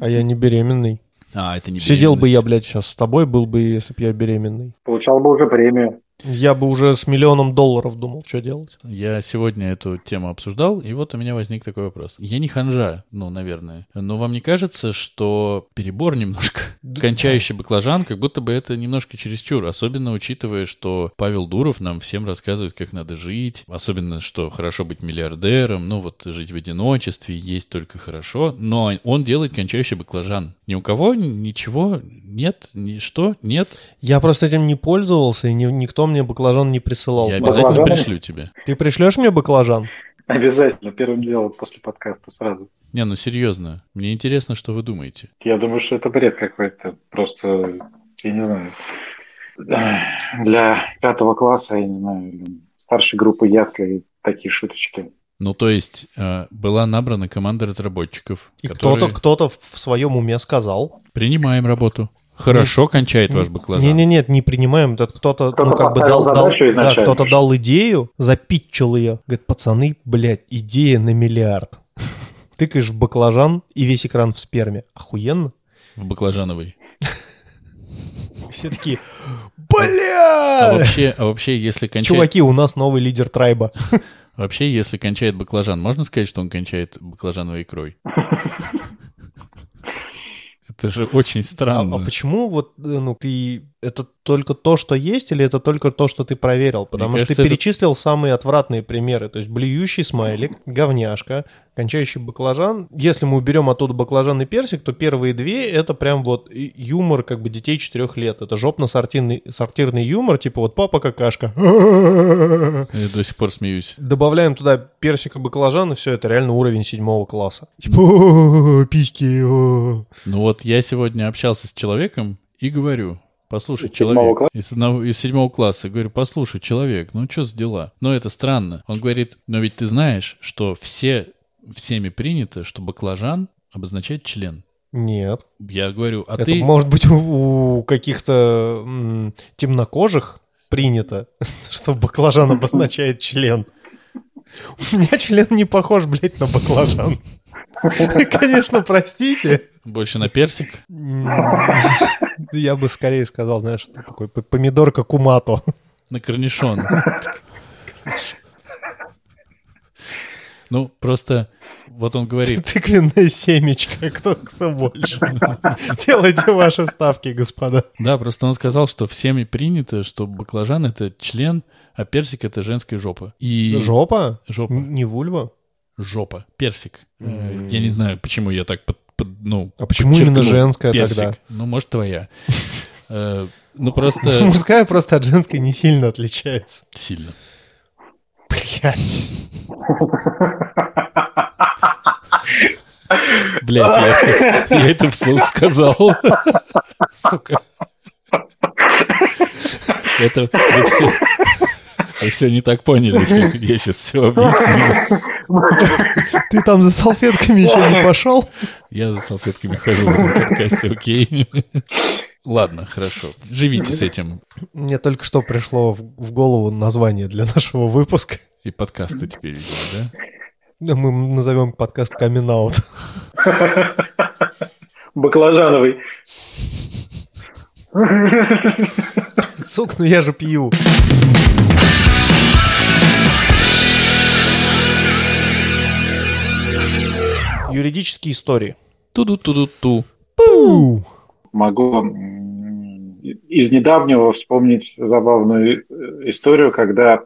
Speaker 1: А я не беременный.
Speaker 3: А, это не
Speaker 1: Сидел бы я,
Speaker 3: беременность.
Speaker 1: блядь, сейчас с тобой, был бы, если бы я беременный.
Speaker 2: Получал бы уже премию.
Speaker 1: Я бы уже с миллионом долларов думал, что делать.
Speaker 3: Я сегодня эту тему обсуждал, и вот у меня возник такой вопрос. Я не ханжа, ну, наверное. Но вам не кажется, что перебор немножко? Кончающий баклажан, как будто бы это немножко чересчур. Особенно учитывая, что Павел Дуров нам всем рассказывает, как надо жить. Особенно, что хорошо быть миллиардером, ну, вот жить в одиночестве, есть только хорошо. Но он делает кончающий баклажан. Ни у кого ничего нет, ничто нет.
Speaker 1: Я просто этим не пользовался, и ни- никто мне баклажан не присылал.
Speaker 3: Я обязательно
Speaker 2: Баклажаны?
Speaker 3: пришлю тебе.
Speaker 1: Ты пришлешь мне баклажан?
Speaker 2: Обязательно, первым делом после подкаста сразу.
Speaker 3: Не, ну серьезно, мне интересно, что вы думаете.
Speaker 2: Я думаю, что это бред какой-то. Просто, я не знаю. Для пятого класса, я не знаю, или старшей группы ясли такие шуточки.
Speaker 3: Ну, то есть э, была набрана команда разработчиков,
Speaker 1: И
Speaker 3: которые
Speaker 1: кто-то кто-то в в своем уме сказал.
Speaker 3: принимаем работу. Хорошо
Speaker 1: Ну,
Speaker 3: кончает ваш баклажан.
Speaker 1: Не, не, нет, не принимаем. Этот кто-то,
Speaker 2: Кто-то
Speaker 1: ну, как бы
Speaker 2: поставил
Speaker 1: дал, дал-
Speaker 2: задачу
Speaker 1: да,
Speaker 2: изначально.
Speaker 1: кто-то дал идею, запитчил ее. Говорит, пацаны, блядь, идея на миллиард. Тыкаешь в баклажан и весь экран в сперме. Охуенно.
Speaker 3: В баклажановый.
Speaker 1: Все такие,
Speaker 3: А
Speaker 1: бля!
Speaker 3: вообще, а вообще, если кончает,
Speaker 1: Чуваки, у нас новый лидер трайба.
Speaker 3: вообще, если кончает баклажан, можно сказать, что он кончает баклажановой икрой? Это же очень
Speaker 1: А,
Speaker 3: странно.
Speaker 1: а почему вот, э, ну, ты... Это только то, что есть, или это только то, что ты проверил? Потому что
Speaker 3: кажется,
Speaker 1: ты
Speaker 3: это-
Speaker 1: перечислил самые отвратные примеры. То есть блюющий смайлик, говняшка, кончающий баклажан. Если мы уберем оттуда баклажан и персик, то первые две — это прям вот и- юмор как бы детей четырех лет. Это жопно-сортирный сортирный юмор, типа вот папа какашка.
Speaker 3: Я до сих пор смеюсь.
Speaker 1: Добавляем туда персика, баклажан, и все, это реально уровень седьмого класса. Типа, «О, письки, о».
Speaker 3: Ну вот я сегодня общался с человеком и говорю, послушай,
Speaker 2: Из седьмого
Speaker 3: человек,
Speaker 2: класса?
Speaker 3: из, одного- из седьмого класса, говорю, послушай, человек, ну что за дела? Ну это странно. Он говорит, но ведь ты знаешь, что все, всеми принято, что баклажан обозначает член.
Speaker 1: Нет.
Speaker 3: Я говорю, а
Speaker 1: это
Speaker 3: ты...
Speaker 1: может быть у, у каких-то м, темнокожих принято, что баклажан обозначает член. У меня член не похож, блядь, на баклажан. Конечно, простите.
Speaker 3: Больше на персик?
Speaker 1: М, Я бы скорее сказал, знаешь, это такой п- помидорка кумато.
Speaker 3: На корнишон. Ну, просто вот он говорит,
Speaker 1: Тыквенная семечка, кто, кто больше. Делайте ваши ставки, господа.
Speaker 3: да, просто он сказал, что всеми принято, что баклажан — это член, а персик — это женская жопа. И...
Speaker 1: Жопа?
Speaker 3: Жопа.
Speaker 1: Н- Не вульва?
Speaker 3: жопа, персик. Э,
Speaker 1: М.
Speaker 3: Я не знаю, почему я так под, под- ну,
Speaker 1: А почему именно
Speaker 3: подчеркнул
Speaker 1: женская
Speaker 3: персик.
Speaker 1: тогда?
Speaker 3: Ну, может, твоя. Э, Ну, просто
Speaker 1: Мужская просто от женской не сильно отличается.
Speaker 3: сильно.
Speaker 1: Блять.
Speaker 3: Блять, я, я это вслух сказал. Сука. Это вы все, вы все не так поняли. Я сейчас все объясню.
Speaker 1: Ты там за салфетками еще не пошел?
Speaker 3: Я за салфетками хожу в этом подкасте, окей? Ладно, хорошо. Живите с этим.
Speaker 1: Мне только что пришло в в голову название для нашего выпуска.
Speaker 3: И подкасты теперь, видимо, да?
Speaker 1: Да, Мы назовем подкаст камин
Speaker 2: Баклажановый.
Speaker 1: Сук, ну я же пью. Юридические истории.
Speaker 3: Ту-ду-ту-ду-ту.
Speaker 2: Могу м, из недавнего вспомнить забавную э, историю, когда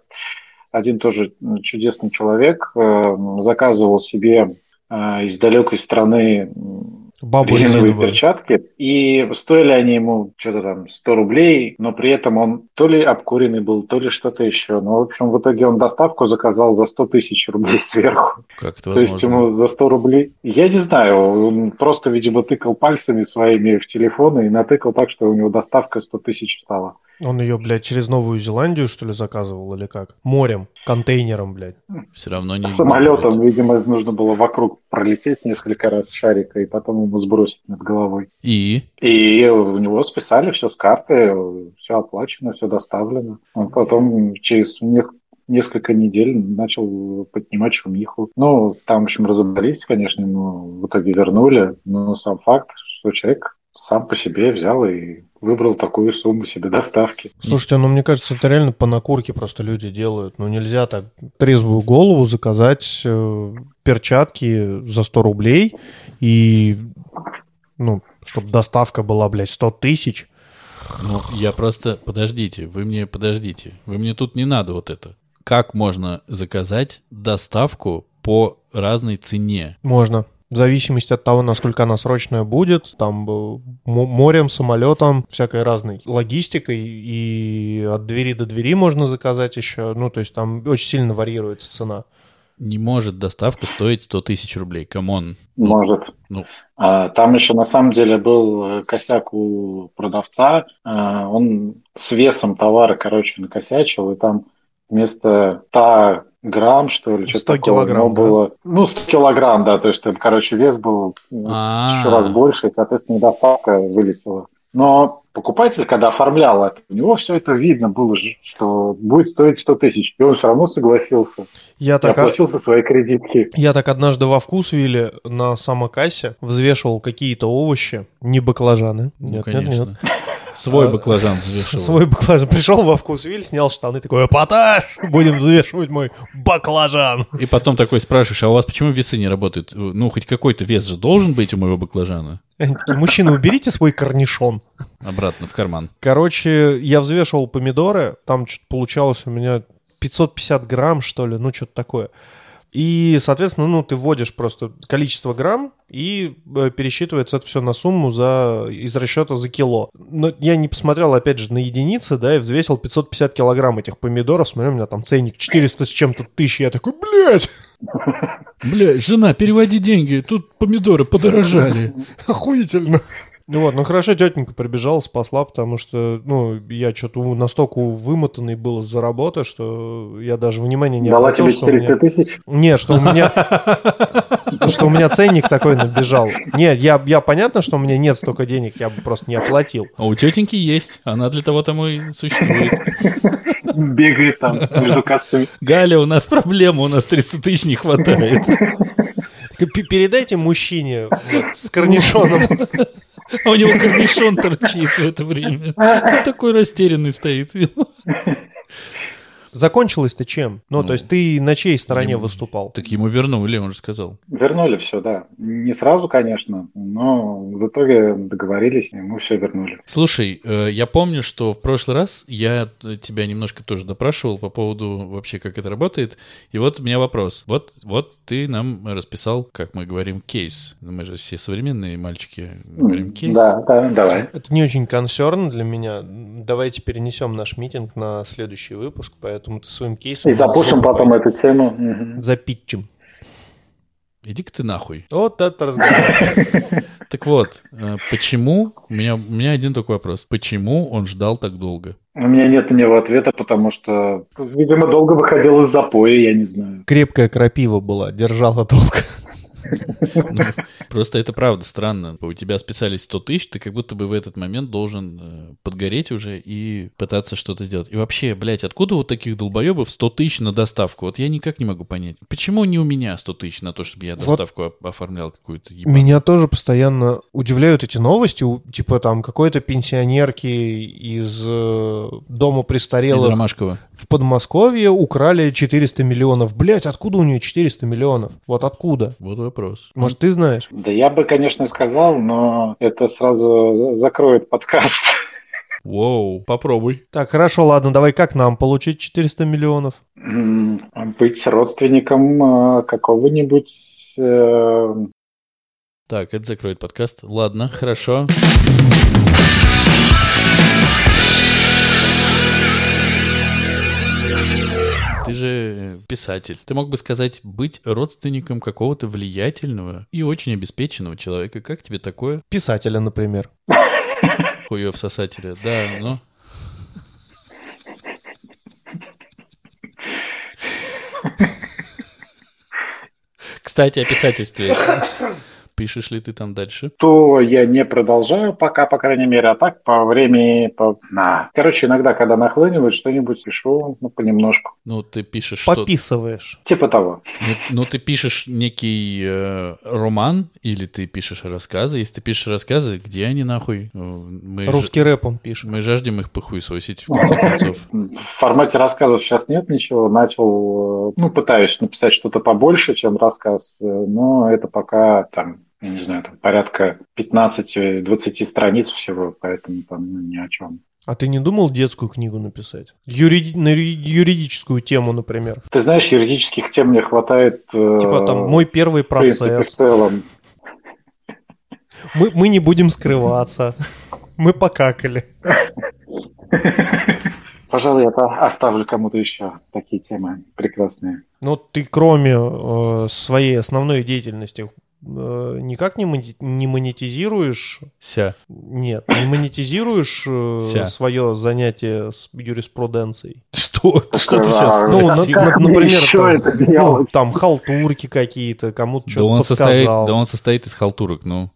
Speaker 2: один тоже чудесный человек э, заказывал себе э, из далекой страны м,
Speaker 1: Бабы
Speaker 2: резиновые
Speaker 1: резиновые.
Speaker 2: перчатки, и стоили они ему что-то там 100 рублей, но при этом он то ли обкуренный был, то ли что-то еще. Но, в общем, в итоге он доставку заказал за 100 тысяч рублей сверху.
Speaker 3: Как это
Speaker 2: То есть ему за 100 рублей... Я не знаю, он просто, видимо, тыкал пальцами своими в телефон и натыкал так, что у него доставка 100 тысяч стала.
Speaker 1: Он ее, блядь, через Новую Зеландию, что ли, заказывал или как? Морем, контейнером, блядь.
Speaker 3: Все равно не...
Speaker 2: Самолетом, видимо, нужно было вокруг пролететь несколько раз шарика и потом ему сбросить над головой.
Speaker 3: И
Speaker 2: И у него списали все с карты, все оплачено, все доставлено. Он потом через неск- несколько недель начал поднимать шумиху. Ну, там, в общем, разобрались, конечно, но в итоге вернули. Но сам факт, что человек сам по себе взял и выбрал такую сумму себе доставки.
Speaker 1: Слушайте, ну мне кажется, это реально по накурке просто люди делают. Ну нельзя так трезвую голову заказать э, перчатки за 100 рублей и, ну, чтобы доставка была, блядь, 100 тысяч.
Speaker 3: ну, я просто... Подождите, вы мне подождите. Вы мне тут не надо вот это. Как можно заказать доставку по разной цене?
Speaker 1: Можно. В зависимости от того, насколько она срочная будет, там э, м- морем, самолетом, всякой разной логистикой, и от двери до двери можно заказать еще. Ну, то есть там очень сильно варьируется цена.
Speaker 3: не может доставка стоить 100 тысяч рублей. Камон.
Speaker 2: Может.
Speaker 3: Ну.
Speaker 2: А, Там еще на самом деле был э, косяк у продавца. А, Он с весом товара, короче, накосячил, и там вместо 100 грамм, что ли, что-то
Speaker 1: 100
Speaker 2: такого,
Speaker 1: килограмм,
Speaker 2: оно
Speaker 1: да?
Speaker 2: было... Ну, 100 килограмм, да, то есть там, короче, вес был ну, еще
Speaker 1: А.
Speaker 2: раз больше, и, соответственно, доставка вылетела. Но покупатель, когда оформлял это, у него все это видно было, ж- что будет стоить 100 тысяч, и он все равно согласился.
Speaker 1: Я
Speaker 2: Я
Speaker 1: так, а-
Speaker 2: оплатил со своей кредитки.
Speaker 1: Я так однажды во вкусвилле на самокассе взвешивал какие-то овощи, не баклажаны.
Speaker 3: Ну,
Speaker 1: Нет, нет, нет.
Speaker 3: конечно. Свой
Speaker 1: А,
Speaker 3: баклажан взвешивал.
Speaker 1: Свой баклажан. Пришел во вкусвиль, снял штаны, такой, эпатаж, будем взвешивать мой баклажан.
Speaker 3: И потом такой спрашиваешь, а у вас почему весы не работают? Ну, хоть какой-то вес же должен быть у моего баклажана.
Speaker 1: Они такие, мужчина, уберите свой корнишон.
Speaker 3: Обратно в карман.
Speaker 1: Короче, я взвешивал помидоры, там что-то получалось у меня 550 грамм, что ли, ну что-то такое. И, соответственно, ну, ты вводишь просто количество грамм, и э, пересчитывается это все на сумму за, из расчета за кило. Но я не посмотрел, опять же, на единицы, да, и взвесил 550 килограмм этих помидоров. Смотрю, у меня там ценник 400 с чем-то тысяч. Я такой, блядь,
Speaker 3: Бля, жена, переводи деньги, тут помидоры подорожали.
Speaker 1: охуительно. Ну вот, ну хорошо, тетенька прибежала, спасла, потому что, ну, я что-то настолько вымотанный был за работы, что я даже внимания не
Speaker 2: Дала
Speaker 1: обратил,
Speaker 2: тебе
Speaker 1: что у меня-
Speaker 2: 400 тысяч?
Speaker 1: Не, что у меня... Что у меня ценник такой набежал. Нет, я, я понятно, что у меня нет столько денег, я бы просто не оплатил.
Speaker 3: А у тетеньки есть, она для того тому и существует.
Speaker 2: Бегает там между кассами.
Speaker 3: Галя, у нас проблема, у нас 300 тысяч не хватает.
Speaker 1: Так и пе- Передайте мужчине вот, с корнишоном.
Speaker 3: А у него корнишон торчит в это время. Он такой растерянный стоит.
Speaker 1: Закончилось-то чем? Ну, то есть ты на чьей стороне
Speaker 3: ему-
Speaker 1: выступал?
Speaker 3: Так ему вернули, он же сказал.
Speaker 2: Вернули все, да. Не сразу, конечно, но в итоге договорились, и мы все вернули.
Speaker 3: Слушай, э, я помню, что в прошлый раз я т- тебя немножко тоже допрашивал по поводу вообще, как это работает. И вот у меня вопрос. Вот, вот ты нам расписал, как мы говорим, кейс. Ну, Мы же все современные мальчики говорим кейс.
Speaker 2: Да, да, давай.
Speaker 1: Это не очень консерн для меня. Давайте перенесем наш митинг на следующий выпуск, поэтому ты своим кейсом...
Speaker 2: И запушим потом эту тему. Мгм.
Speaker 1: Запитчим.
Speaker 3: Иди-ка ты нахуй.
Speaker 1: Вот это разговор.
Speaker 3: Так вот, э, почему... У меня, у меня один такой вопрос. Почему он ждал так долго?
Speaker 2: У меня нет на него ответа, потому что, видимо, долго выходил из запоя, я не знаю.
Speaker 1: Крепкая крапива была, держала долго.
Speaker 3: Ну, Просто это правда странно. У тебя списались 100 тысяч, ты как будто бы в этот момент должен э, подгореть уже и пытаться что-то сделать. И вообще, блядь, откуда у таких долбоебов 100 тысяч на доставку? Вот я никак не могу понять. Почему не у меня 100 тысяч на то, чтобы я
Speaker 1: Вот.
Speaker 3: доставку оп- оформлял какую-то ебаную?
Speaker 1: Меня тоже постоянно удивляют эти новости, у- типа там какой-то пенсионерки из э, дома
Speaker 3: Из
Speaker 1: престарелых
Speaker 3: Ромашкова.
Speaker 1: в Подмосковье украли 400 миллионов. Блять, откуда у нее 400 миллионов? Вот откуда?
Speaker 3: Вот вопрос.
Speaker 1: Может, ты знаешь?
Speaker 2: Да я бы, конечно, сказал, но это сразу за- закроет подкаст.
Speaker 3: Воу, попробуй.
Speaker 1: Так, хорошо, ладно, давай как нам получить 400 миллионов?
Speaker 2: М, Быть родственником э, какого-нибудь... э,
Speaker 3: Так, это закроет подкаст. Ладно, хорошо. Ты же э, писатель. Ты мог бы сказать быть родственником какого-то влиятельного и очень обеспеченного человека. Как тебе такое?
Speaker 1: Писателя, например.
Speaker 3: Хуев сосателя. Да, ну. Кстати, о писательстве. Пишешь ли ты там дальше?
Speaker 2: то я не продолжаю пока, по крайней мере, а так по времени... По... на. Короче, иногда, когда нахлынивает, что-нибудь пишу ну, понемножку.
Speaker 3: Ну, ты пишешь что?
Speaker 1: Пописываешь.
Speaker 2: Типа того.
Speaker 3: Ну, ну, ты пишешь некий э, роман или ты пишешь рассказы. Если ты пишешь рассказы, где они нахуй? Ну, Мы, ж-
Speaker 1: Русский рэп он пишет.
Speaker 3: мы жаждем их похуесосить, в конце концов.
Speaker 2: В формате рассказов сейчас нет ничего. Начал, э, ну, пытаюсь написать что-то побольше, чем рассказ, э, но это пока там, я не знаю, там порядка 15-20 страниц всего, поэтому там ну, ни о чем.
Speaker 1: А ты не думал детскую книгу написать? Юриди- на ю- юридическую тему, например.
Speaker 2: Ты знаешь, юридических тем мне хватает...
Speaker 1: Типа
Speaker 2: Э,
Speaker 1: там мой первый
Speaker 2: процесс. В
Speaker 1: процесс.
Speaker 2: целом.
Speaker 1: Мы, мы не будем скрываться. Мы покакали.
Speaker 2: Пожалуй, я та- оставлю кому-то еще такие темы прекрасные.
Speaker 1: Ну, ты кроме э, своей основной деятельности э, никак не, мони- не монетизируешь,
Speaker 3: Ся.
Speaker 1: нет, не монетизируешь э,
Speaker 3: Ся.
Speaker 1: свое занятие с юриспруденцией.
Speaker 3: Что? Что ты
Speaker 2: Такая-
Speaker 3: сейчас
Speaker 1: Ну, на-
Speaker 3: спросил?
Speaker 1: на-
Speaker 2: как мне
Speaker 1: например,
Speaker 2: еще а, это
Speaker 1: там, ну,
Speaker 2: делать?
Speaker 1: там халтурки какие-то, кому-то
Speaker 3: Да
Speaker 1: что-то
Speaker 3: он, состоит,
Speaker 1: подсказал.
Speaker 3: да он состоит из халтурок, ну.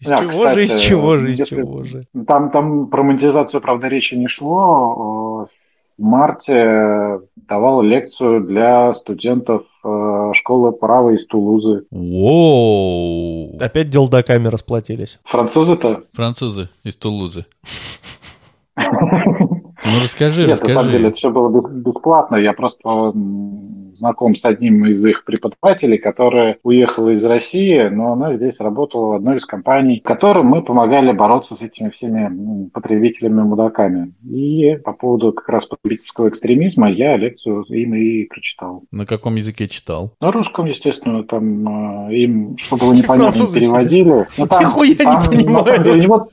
Speaker 4: Из
Speaker 2: Да,
Speaker 4: чего же, из
Speaker 2: кстати, э,
Speaker 4: чего же, из
Speaker 2: если-
Speaker 4: чего же?
Speaker 2: Ну, Там, там про монетизацию, правда, речи не шло. В марте давал лекцию для студентов э, школы права из Тулузы.
Speaker 3: Воу!
Speaker 1: Опять делдаками расплатились.
Speaker 2: Французы-то?
Speaker 3: Французы из Тулузы. Ну расскажи,
Speaker 2: Нет, на самом деле
Speaker 3: расскажи.
Speaker 2: это все было бес- бесплатно. Я просто м, знаком с одним из их преподавателей, который уехал из России, но она здесь работала в одной из компаний, которым мы помогали бороться с этими всеми м, потребителями-мудаками. И по поводу как раз потребительского экстремизма я лекцию им и прочитал.
Speaker 3: На каком языке читал?
Speaker 2: На русском, естественно, там э, им, что было непонятно,
Speaker 1: Французы
Speaker 2: переводили. Но Ну, там-
Speaker 1: Нихуя не
Speaker 2: там, на самом
Speaker 1: понимают.
Speaker 2: деле, вот-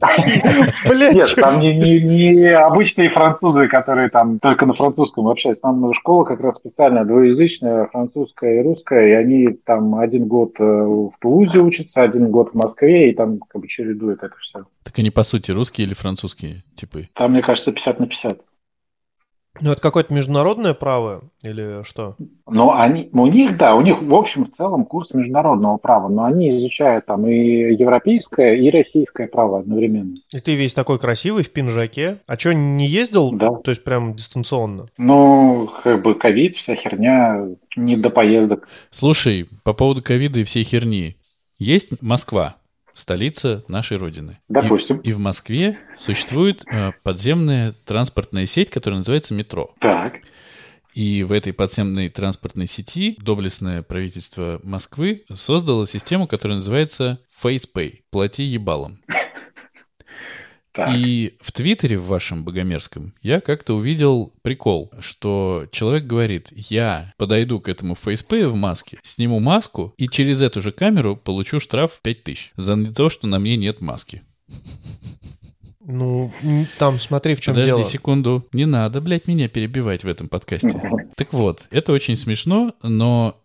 Speaker 1: Блять,
Speaker 2: нет, там не, не- не обычные французы, которые там только на французском общаются. Там школа как раз специально двуязычная, французская и русская, и они там один год э, в Тулузе учатся, один год в Москве, и там как бы чередует это все.
Speaker 3: Так они, по сути, русские или французские типы?
Speaker 2: Там, мне кажется, 50 на 50.
Speaker 1: Ну, это какое-то международное право или что?
Speaker 2: Но они, ну, у них, да, у них в общем в целом курс международного права, но они изучают там и европейское, и российское право одновременно.
Speaker 1: И ты весь такой красивый в пинжаке. А что, не ездил?
Speaker 2: Да.
Speaker 1: То есть прям дистанционно?
Speaker 2: Ну, как бы ковид, вся херня, не до поездок.
Speaker 3: Слушай, по поводу ковида и всей херни. Есть Москва, столица нашей родины. И,
Speaker 2: Допустим.
Speaker 3: и в Москве существует э, подземная транспортная сеть, которая называется метро.
Speaker 2: Так.
Speaker 3: И в этой подземной транспортной сети доблестное правительство Москвы создало систему, которая называется FacePay. Плати ебалом.
Speaker 2: Так.
Speaker 3: И в Твиттере в вашем богомерзком я как-то увидел прикол, что человек говорит, я подойду к этому фейспею в маске, сниму маску и через эту же камеру получу штраф 5000 за не то, что на мне нет маски.
Speaker 1: Ну, м, там смотри, в чем
Speaker 3: Подожди
Speaker 1: дело.
Speaker 3: секунду. Не надо, блядь, меня перебивать в этом подкасте. Так вот, это очень смешно, но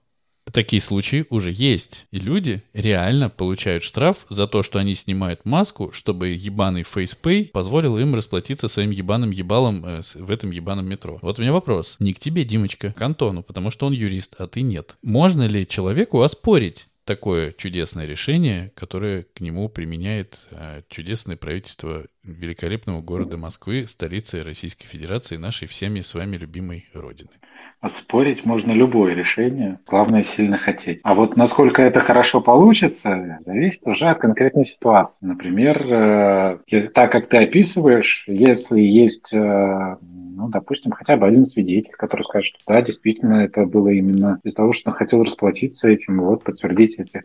Speaker 3: такие случаи уже есть. И люди реально получают штраф за то, что они снимают маску, чтобы ебаный фейспей позволил им расплатиться своим ебаным ебалом э, с- в этом ебаном метро. Вот у меня вопрос. Не к тебе, Димочка, к Антону, потому что он юрист, а ты нет. Можно ли человеку оспорить такое чудесное решение, которое к нему применяет э, чудесное правительство великолепного города Москвы, столицы Российской Федерации, нашей всеми с вами любимой Родины.
Speaker 2: Спорить можно любое решение, главное сильно хотеть. А вот насколько это хорошо получится, зависит уже от конкретной ситуации. Например, э, е- так как ты описываешь, если есть, э, ну, допустим, хотя бы один свидетель, который скажет, что да, действительно, это было именно из-за того, что он хотел расплатиться этим, вот подтвердить эти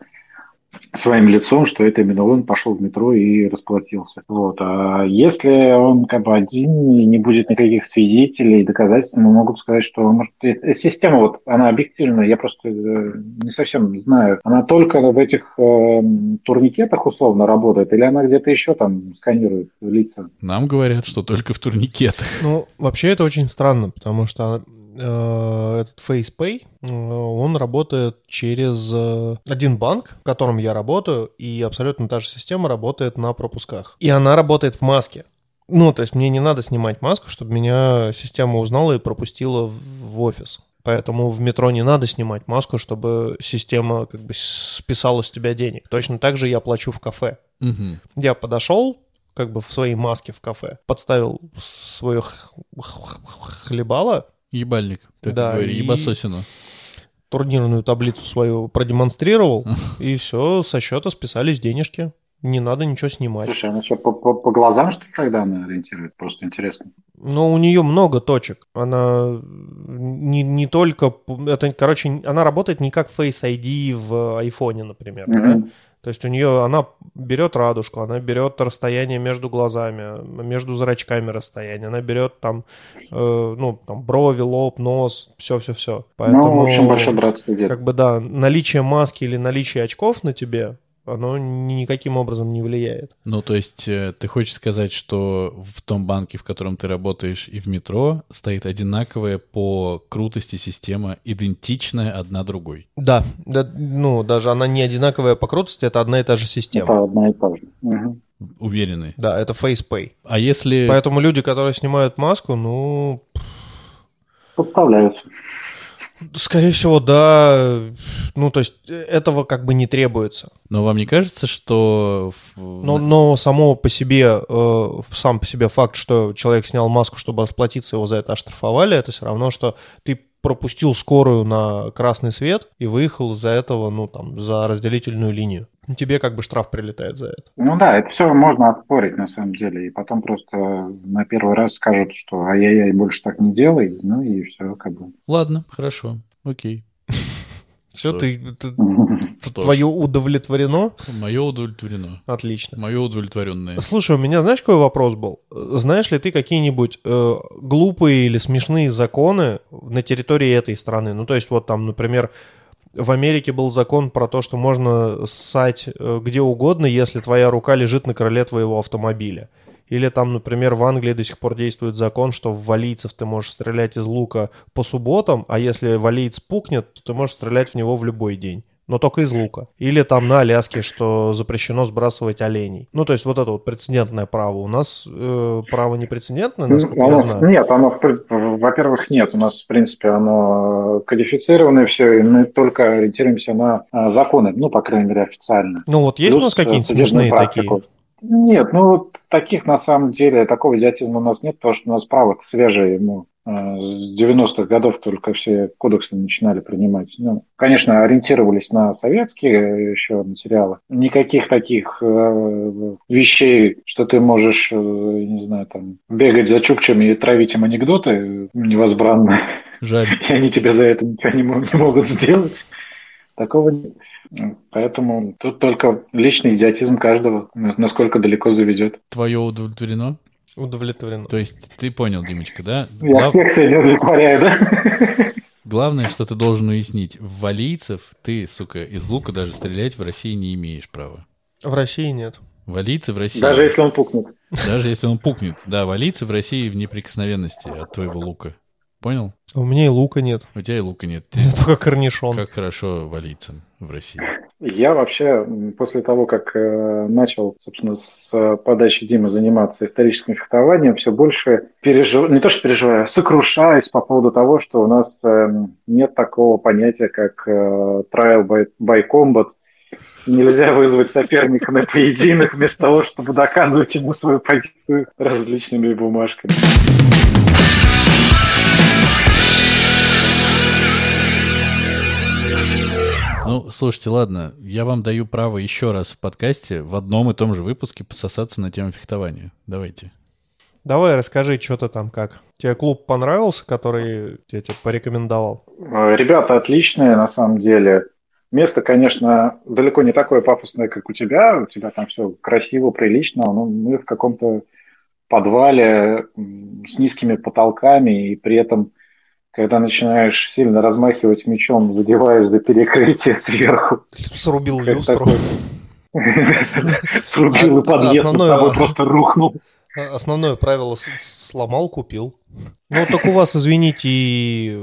Speaker 2: своим лицом, что это именно он пошел в метро и расплатился. Вот. А если он как бы один и не будет никаких свидетелей, доказательств, мы могут сказать, что может, э, система вот, она объективная, я просто э, не совсем знаю, она только в этих эм, турникетах условно работает или она где-то еще там сканирует лица?
Speaker 3: Нам говорят, что только в турникетах.
Speaker 1: Ну, вообще это очень странно, потому что э, этот FacePay, э, он работает через э, один банк, в котором я работаю, и абсолютно та же система работает на пропусках. И она работает в маске. Ну, то есть мне не надо снимать маску, чтобы меня система узнала и пропустила в, в офис. Поэтому в метро не надо снимать маску, чтобы система как бы списала с тебя денег. Точно так же я плачу в кафе.
Speaker 3: Мгм.
Speaker 1: Я подошел, как бы в своей маске в кафе, подставил свое х- х- х- хлебало,
Speaker 3: Ебальник, так
Speaker 1: Да,
Speaker 3: и говори,
Speaker 1: и-
Speaker 3: ебасосину.
Speaker 1: турнирную таблицу свою продемонстрировал, и все, со счета списались денежки. Не надо ничего снимать.
Speaker 2: Слушай, она что, по, по- по глазам что ли тогда она ориентирует? Просто интересно.
Speaker 1: Но у нее много точек. Она не, не только... п- Это, короче, она работает не как Face ID в айфоне, например. да?
Speaker 2: Мгм.
Speaker 1: То есть у нее она берет радужку, она берет расстояние между глазами, между зрачками расстояние, она берет там, э, ну, там брови, лоб, нос, все-все-все.
Speaker 2: Ну, в общем, большой брат следит.
Speaker 1: как бы да, наличие маски или наличие очков на тебе оно никаким образом не влияет.
Speaker 3: Ну, то есть э, ты хочешь сказать, что в том банке, в котором ты работаешь, и в метро стоит одинаковая по крутости система, идентичная одна другой.
Speaker 1: Да, да, ну, даже она не одинаковая по крутости, это одна и та же система.
Speaker 2: Это одна и та же. Мгм.
Speaker 3: Уверены.
Speaker 1: Да, это FacePay.
Speaker 3: А если...
Speaker 1: Поэтому люди, которые снимают маску, ну,
Speaker 2: Подставляются.
Speaker 1: скорее всего, да, ну, то есть э, этого как бы не требуется.
Speaker 3: Но ну, вам не кажется, что... в-
Speaker 1: Но, но само по себе, э, сам по себе факт, что человек снял маску, чтобы расплатиться, его за это оштрафовали, это все равно, что ты пропустил скорую на красный свет и выехал из-за этого, ну, там, за разделительную линию. Тебе как бы штраф прилетает за это.
Speaker 2: Ну да, это все можно отпорить на самом деле. И потом просто на первый раз скажут, что ай-яй-яй, больше так не делай. Ну и все, как бы.
Speaker 3: Ладно, хорошо, окей.
Speaker 1: Все,
Speaker 3: Что?
Speaker 1: ты, ты-
Speaker 3: Что ж,
Speaker 1: твое удовлетворено?
Speaker 3: Мое удовлетворено.
Speaker 1: Отлично.
Speaker 3: Мое удовлетворенное.
Speaker 1: Слушай, у меня знаешь, какой вопрос был? Э, Знаешь ли ты какие-нибудь э, глупые или смешные законы на территории этой страны? Ну, то есть, вот там, например, в Америке был закон про то, что можно ссать э, где угодно, если твоя рука лежит на крыле твоего автомобиля. Или там, например, в Англии до сих пор действует закон, что в валийцев ты можешь стрелять из лука по субботам, а если валиец пукнет, то ты можешь стрелять в него в любой день. Но только из лука. Или там на Аляске, что запрещено сбрасывать оленей. Ну, то есть вот это вот прецедентное право. У нас э, право не прецедентное, насколько
Speaker 2: Ну, Оно-
Speaker 1: я знаю.
Speaker 2: нет, оно, в при- во-первых, нет. У нас, в принципе, оно кодифицированное все, и мы только ориентируемся на а, законы, ну, по крайней мере, официально.
Speaker 1: Ну вот есть у нас
Speaker 2: Плюс, э,
Speaker 1: какие-нибудь
Speaker 2: судебную
Speaker 1: смешные такие?
Speaker 2: практику. Нет, ну вот таких на самом деле, такого идиотизма у нас нет, потому что у нас право свежее ему э, с 90-х годов только все кодексы начинали принимать. Ну, конечно, ориентировались на советские э, еще материалы. Никаких таких э, вещей, что ты можешь, э, не знаю, там, бегать за чукчами и травить им анекдоты э, невозбранно,
Speaker 3: Жаль.
Speaker 2: и они тебе за это ничего не мо- не могут сделать. Такого нет. Поэтому тут только личный идиотизм каждого, на- насколько далеко заведет.
Speaker 3: Твое удовлетворено?
Speaker 1: Удовлетворено.
Speaker 3: То есть ты понял, Димочка, да?
Speaker 2: Я
Speaker 3: Глав-
Speaker 2: всех сегодня удовлетворяю, да?
Speaker 3: Главное, что ты должен уяснить. В валийцев ты, сука, из лука даже стрелять в России не имеешь права.
Speaker 1: В России нет.
Speaker 3: Валийцы в России,
Speaker 2: Даже если он пукнет.
Speaker 3: даже если он пукнет. Да, валийцы в России в неприкосновенности от твоего лука. Понял?
Speaker 1: У меня и лука нет.
Speaker 3: У тебя и лука нет.
Speaker 1: У
Speaker 3: Ты-
Speaker 1: меня только корнишон.
Speaker 3: Как хорошо валийцам в России.
Speaker 2: Я вообще м, после того, как э, начал, собственно, с э, подачи Димы заниматься историческим фехтованием, все больше переживаю, не то что переживаю, а сокрушаюсь по поводу того, что у нас эм, нет такого понятия, как э, trial by, by combat. Нельзя вызвать соперника на поединок вместо того, чтобы доказывать ему свою позицию различными бумажками.
Speaker 3: Ну, слушайте, ладно, я вам даю право еще раз в подкасте в одном и том же выпуске пососаться на тему фехтования. Давайте.
Speaker 1: Давай расскажи, что ты там как. Тебе клуб понравился, который я тебе порекомендовал?
Speaker 2: Э, Ребята отличные, на самом деле. Место, конечно, далеко не такое пафосное, как у тебя. У тебя там все красиво, прилично. Но мы в каком-то подвале м, с низкими потолками, и при этом, когда начинаешь сильно размахивать мечом, задеваешь за перекрытие сверху.
Speaker 1: Срубил
Speaker 2: Как
Speaker 1: люстру.
Speaker 2: такое. Срубил
Speaker 1: А,
Speaker 2: и подъезд над
Speaker 1: основное-
Speaker 2: тобой просто рухнул.
Speaker 1: А- Основное правило с- с- сломал, купил. Ну, так у вас, извините, и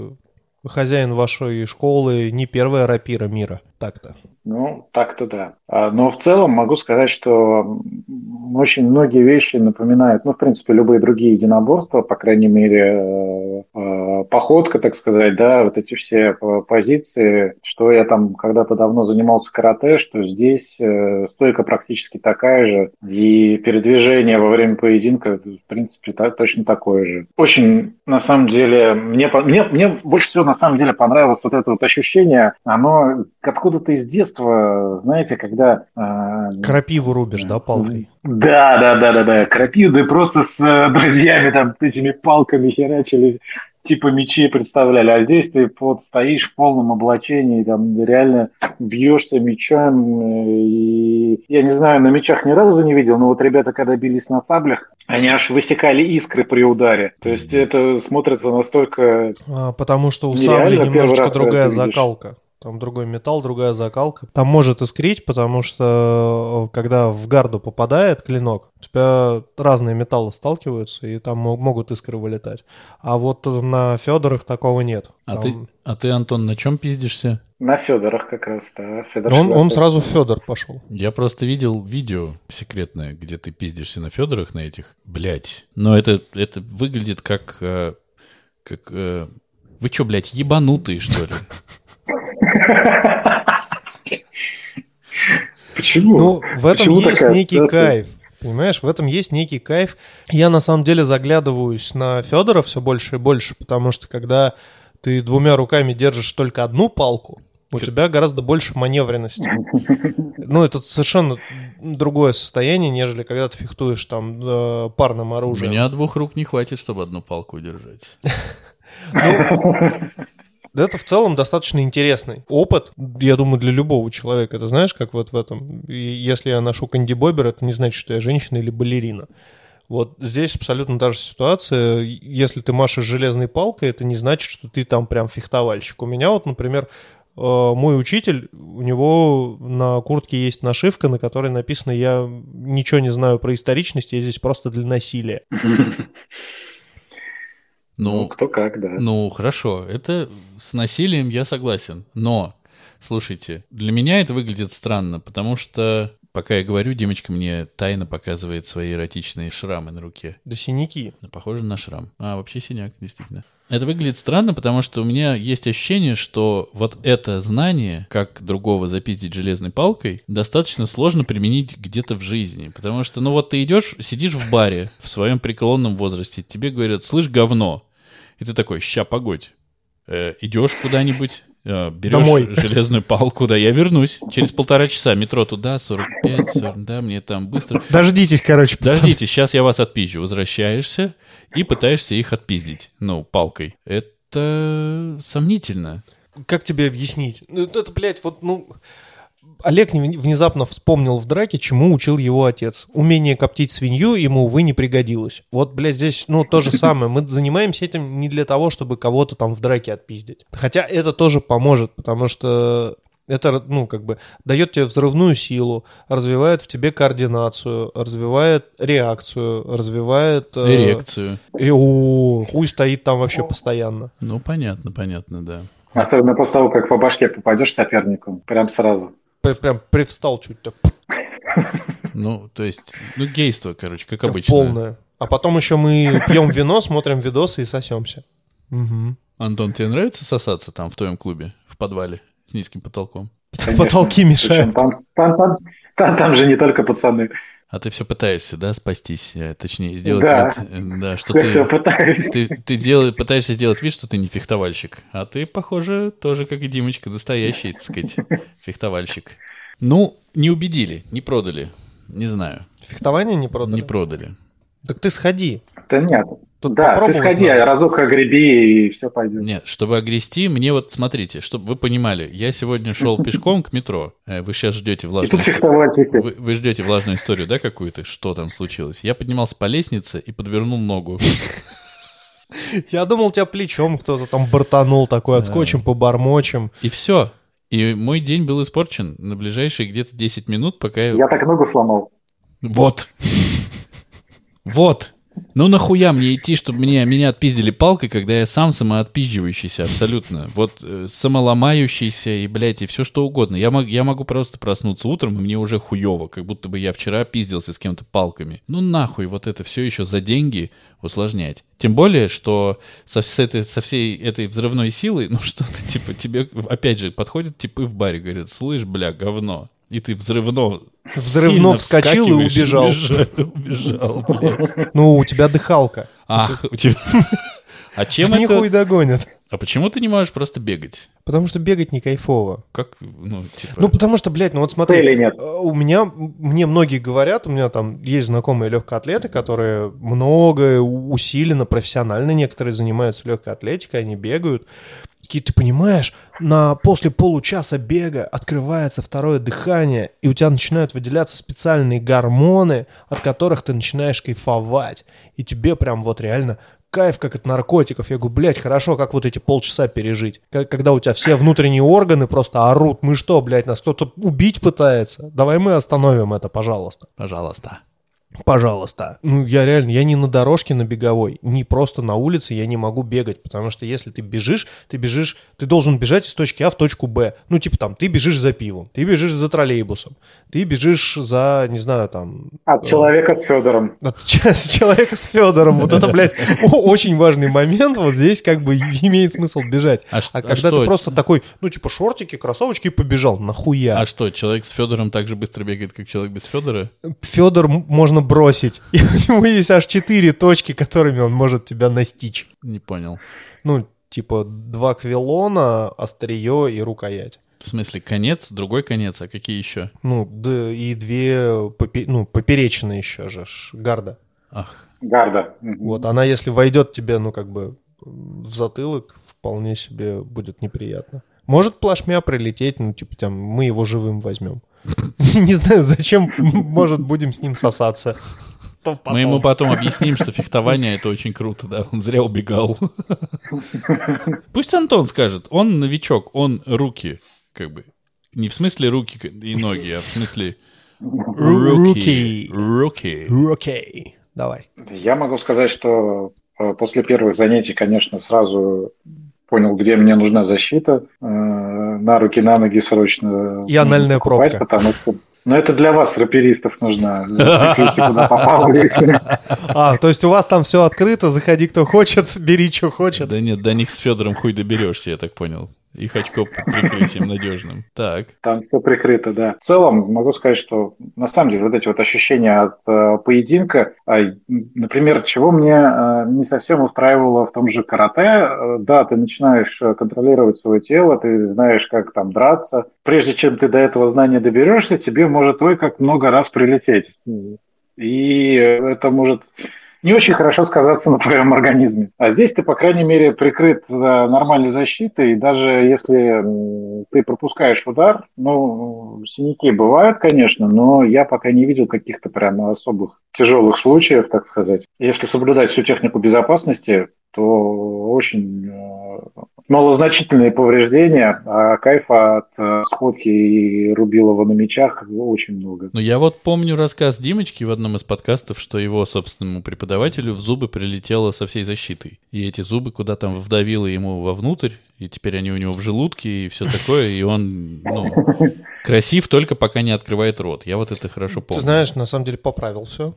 Speaker 1: хозяин вашей школы не первая рапира мира. Так-то.
Speaker 2: Ну, так-то да. А, Но в целом могу сказать, что м, очень многие вещи напоминают, ну, в принципе, любые другие единоборства, по крайней мере, э, э, походка, так сказать, да, вот эти все э, позиции, что я там когда-то давно занимался карате, что здесь э, стойка практически такая же, и передвижение во время поединка, в принципе, та- точно такое же. Очень, на самом деле, мне, по- мне, мне больше всего, на самом деле, понравилось вот это вот ощущение, оно откуда-то из детства, знаете, когда... э,
Speaker 1: Крапиву рубишь, да, палкой?
Speaker 2: да, да, да, да, да. Крапивы просто с э, друзьями там этими палками херачились, типа мечи представляли. А здесь ты вот стоишь в полном облачении, там реально бьешься мечом. э, И я не знаю, на мечах ни разу не видел, но вот ребята, когда бились на саблях, они аж высекали искры при ударе. То есть
Speaker 3: Пиздец.
Speaker 2: это смотрится настолько
Speaker 1: А, Потому что у
Speaker 2: Нереально
Speaker 1: сабли
Speaker 2: Ну, первый раз,
Speaker 1: немножечко
Speaker 2: когда
Speaker 1: другая
Speaker 2: ты видишь.
Speaker 1: закалка. Там другой металл, другая закалка. Там может искрить, потому что э, когда в гарду попадает клинок, у тебя разные металлы сталкиваются, и там мо- могут искры вылетать. А вот на Федорах такого нет.
Speaker 3: А,
Speaker 1: Там-
Speaker 3: ты, а ты, Антон, на чем пиздишься?
Speaker 2: На Федорах как раз, да. Федор
Speaker 1: Он, он
Speaker 2: Шляпин.
Speaker 1: сразу в Федор пошел.
Speaker 3: Я просто видел видео секретное, где ты пиздишься на Федорах, на этих. Блять. Но это, это выглядит как... э, как э, вы чё, блядь, ебанутые, что ли?
Speaker 2: Почему?
Speaker 1: Ну, в этом
Speaker 2: почему
Speaker 1: есть
Speaker 2: такая
Speaker 1: некий
Speaker 2: ассоциация?
Speaker 1: кайф. Понимаешь, в этом есть некий кайф. Я на самом деле заглядываюсь на Федора все больше и больше, потому что когда ты двумя руками держишь только одну палку, у
Speaker 3: Чё-
Speaker 1: тебя гораздо больше маневренности. Ну, это совершенно другое состояние, нежели когда ты фехтуешь там э, парным
Speaker 3: У
Speaker 1: оружием.
Speaker 3: меня двух рук не хватит, чтобы одну палку держать.
Speaker 1: Да это в целом достаточно интересный опыт, я думаю, для любого человека. Это знаешь, как вот в этом, и если я ношу кандибобер, это не значит, что я женщина или балерина. Вот здесь абсолютно та же ситуация. Если ты машешь железной палкой, это не значит, что ты там прям фехтовальщик. У меня вот, например, э, мой учитель, у него на куртке есть нашивка, на которой написано «Я ничего не знаю про историчность, я здесь просто для насилия».
Speaker 2: Ну,
Speaker 3: Ну,
Speaker 2: кто как, да.
Speaker 3: ну, хорошо, это с насилием я согласен. Но, слушайте, для меня это выглядит странно, потому что, пока я говорю, Димочка мне тайно показывает свои эротичные шрамы на руке.
Speaker 1: Да синяки.
Speaker 3: Ну, Похоже на шрам. А, вообще синяк, действительно. Это выглядит странно, потому что у меня есть ощущение, что вот это знание, как другого запиздить железной палкой, достаточно сложно применить где-то в жизни. Потому что, ну вот ты идешь, сидишь в баре в своем преклонном возрасте, тебе говорят, слышь, говно. И ты такой, ща, погодь. Э, идешь куда-нибудь, э, берешь
Speaker 1: Домой.
Speaker 3: железную палку, да, я вернусь. Через полтора часа метро туда, 45, 40, да, мне там быстро.
Speaker 1: Дождитесь, короче, пацаны.
Speaker 3: Подождите, сейчас я вас отпизжу. Возвращаешься и пытаешься их отпиздить, ну, палкой. Это сомнительно.
Speaker 1: как тебе объяснить? Ну, это, блядь, вот, ну... Олег не- внезапно вспомнил в драке, чему учил его отец. Умение коптить свинью ему, увы, не пригодилось. Вот, блядь, здесь, ну, то же самое. Мы занимаемся этим не для того, чтобы кого-то там в драке отпиздить. Хотя это тоже поможет, потому что это, ну, как бы, дает тебе взрывную силу, развивает в тебе координацию, развивает реакцию, развивает... э,
Speaker 3: Эрекцию.
Speaker 1: И, о, хуй стоит там вообще постоянно.
Speaker 3: Ну, понятно, понятно, да.
Speaker 2: Особенно после того, как по башке попадешь сопернику. Прям сразу.
Speaker 1: Прям- Прям привстал чуть так.
Speaker 3: Ну, то есть, ну, гейство, короче, как
Speaker 1: Это
Speaker 3: обычно.
Speaker 1: Полное. А потом еще мы пьем вино, смотрим видосы и сосемся. Угу.
Speaker 3: Антон, тебе нравится сосаться там в твоем клубе, в подвале с низким потолком?
Speaker 2: Конечно.
Speaker 1: Потолки
Speaker 2: Причем
Speaker 1: мешают.
Speaker 2: там, там, там, там, там же не только пацаны.
Speaker 3: А ты все пытаешься, да, спастись, э, точнее, сделать
Speaker 2: Да.
Speaker 3: вид, э, да, что
Speaker 2: Я все
Speaker 3: ты...
Speaker 2: пытаюсь.
Speaker 3: Ты, ты дел- пытаешься сделать вид, что ты не фехтовальщик. А ты, похоже, тоже, как и Димочка, настоящий, так сказать, фехтовальщик. Ну, не убедили, не продали. Не знаю.
Speaker 1: Фехтование не продали?
Speaker 3: Не продали.
Speaker 1: Так ты сходи.
Speaker 2: Да нет.
Speaker 1: Тут
Speaker 2: да, ты
Speaker 1: попробовать
Speaker 2: сходи,
Speaker 1: надо.
Speaker 2: разок огреби, и все пойдет.
Speaker 3: Нет, чтобы огрести, мне вот, смотрите, чтобы вы понимали, я сегодня шел пешком к метро. Э, Вы сейчас ждете
Speaker 2: И
Speaker 3: влажную
Speaker 2: тут
Speaker 3: историю.
Speaker 2: фехтовальщики.
Speaker 3: Вы, вы ждете влажную историю, да, какую-то? Что там случилось? Я поднимался по лестнице и подвернул ногу.
Speaker 1: Я думал, тебя плечом кто-то там бортанул такой, отскочим, побормочим.
Speaker 3: И все. И мой день был испорчен на ближайшие где-то 10 минут, пока я
Speaker 2: Я так ногу сломал.
Speaker 3: Вот. Вот. Ну нахуя мне идти, чтобы меня, меня отпиздили палкой, когда я сам самоотпизживающийся абсолютно. Вот э, самоломающийся и, блядь, и все что угодно. Я, мог, я могу просто проснуться утром, и мне уже хуево, как будто бы я вчера пиздился с кем-то палками. Ну нахуй вот это все еще за деньги усложнять. Тем более, что со, вс- этой- со всей этой взрывной силой, ну что-то типа тебе, опять же, подходят типы в баре, говорят, слышь, бля, говно. И ты взрывно
Speaker 1: Взрывно
Speaker 3: сильно
Speaker 1: вскочил и
Speaker 3: вскакиваешь,
Speaker 1: убежал.
Speaker 3: Убежал, убежал, блядь.
Speaker 1: Ну, у тебя дыхалка.
Speaker 3: Ах, у тебя... А чем
Speaker 1: Нихуй
Speaker 3: это...
Speaker 1: догонят.
Speaker 3: А почему ты не можешь просто бегать?
Speaker 1: Потому что бегать не кайфово.
Speaker 3: Как, ну, типа...
Speaker 1: Ну, потому что, блядь, ну вот смотри.
Speaker 2: Цели нет.
Speaker 1: э, У меня, мне многие говорят, у меня там есть знакомые легкоатлеты, которые много, у- усиленно, профессионально некоторые занимаются легкой атлетикой, они бегают. Такие, ты понимаешь, на, после получаса бега открывается второе дыхание, и у тебя начинают выделяться специальные гормоны, от которых ты начинаешь кайфовать. И тебе прям вот реально кайф, как от наркотиков. Я говорю, блядь, хорошо, как вот эти полчаса пережить? К- Когда у тебя все внутренние органы просто орут. Мы что, блядь, нас кто-то убить пытается? Давай мы остановим это, пожалуйста.
Speaker 3: Пожалуйста.
Speaker 1: Пожалуйста. Ну, я реально, я не на дорожке на беговой, не просто на улице я не могу бегать, потому что если ты бежишь, ты бежишь, ты должен бежать из точки А в точку Б. Ну, типа там, ты бежишь за пивом, ты бежишь за троллейбусом, ты бежишь за, не знаю, там...
Speaker 2: От
Speaker 1: э,
Speaker 2: человека с Федором.
Speaker 1: от ч- человека с Федором. Вот это, блядь, о- очень важный момент. Вот здесь как бы имеет смысл бежать.
Speaker 3: А, ш-
Speaker 1: А
Speaker 3: а
Speaker 1: когда
Speaker 3: что,
Speaker 1: ты просто такой, ну, типа шортики, кроссовочки и побежал, нахуя?
Speaker 3: А что, человек с Федором так же быстро бегает, как человек без Федора?
Speaker 1: Федор можно бросить. И у него есть аж четыре точки, которыми он может тебя настичь.
Speaker 3: Не понял.
Speaker 1: Ну, типа два квилона, острие и рукоять.
Speaker 3: В смысле, конец, другой конец, а какие еще?
Speaker 1: Ну, да, и две попе- ну, поперечные еще же, ж, гарда.
Speaker 3: Ах,
Speaker 2: Гарда. Мгм.
Speaker 1: Вот, она если войдет тебе, ну, как бы в затылок, вполне себе будет неприятно. Может плашмя прилететь, ну, типа, там, мы его живым возьмем. Не знаю, зачем, может, будем с ним сосаться. То
Speaker 3: мы ему
Speaker 1: потом.
Speaker 3: потом объясним, что фехтование это очень круто, да, он зря убегал. Пусть Антон скажет, он новичок, он руки, как бы, не в смысле руки и ноги, а в смысле руки.
Speaker 1: Руки.
Speaker 3: Руки.
Speaker 1: Окей, давай.
Speaker 2: Я могу сказать, что э, после первых занятий, конечно, сразу понял, где мне нужна защита. Э, На руки, на ноги срочно.
Speaker 1: И анальная
Speaker 2: покупать,
Speaker 1: пробка.
Speaker 2: Потому что... Но это для вас, раперистов, нужна. Смотрите, куда попало.
Speaker 1: А, то есть у вас там все открыто, заходи кто хочет, бери что хочет.
Speaker 3: Да нет, до них с Федором хуй доберешься, я так понял. Их очко под прикрытием надежным. Так.
Speaker 2: Там все прикрыто, да. В целом, могу сказать, что на самом деле вот эти вот ощущения от э, поединка, а, м, например, чего мне э, не совсем устраивало в том же карате, э, да, ты начинаешь э, контролировать свое тело, ты знаешь, как там драться. Прежде чем ты до этого знания доберешься, тебе может ой как много раз прилететь. И э, это может не очень хорошо сказаться на твоем организме. А здесь ты, по крайней мере, прикрыт э, нормальной защитой, и даже если м, ты пропускаешь удар, ну, синяки бывают, конечно, но я пока не видел каких-то прям особых тяжелых случаев, так сказать. Если соблюдать всю технику безопасности, то очень э, малозначительные повреждения, а кайфа от э, сходки и рубилова на мечах очень много.
Speaker 3: Ну, я вот помню рассказ Димочки в одном из подкастов, что его собственному преподавателю в зубы прилетело со всей защитой. И эти зубы куда там вдавило ему вовнутрь, и теперь они у него в желудке и все такое, и он, ну, красив только пока не открывает рот. Я вот это хорошо помню.
Speaker 1: Ты знаешь, на самом деле поправил все.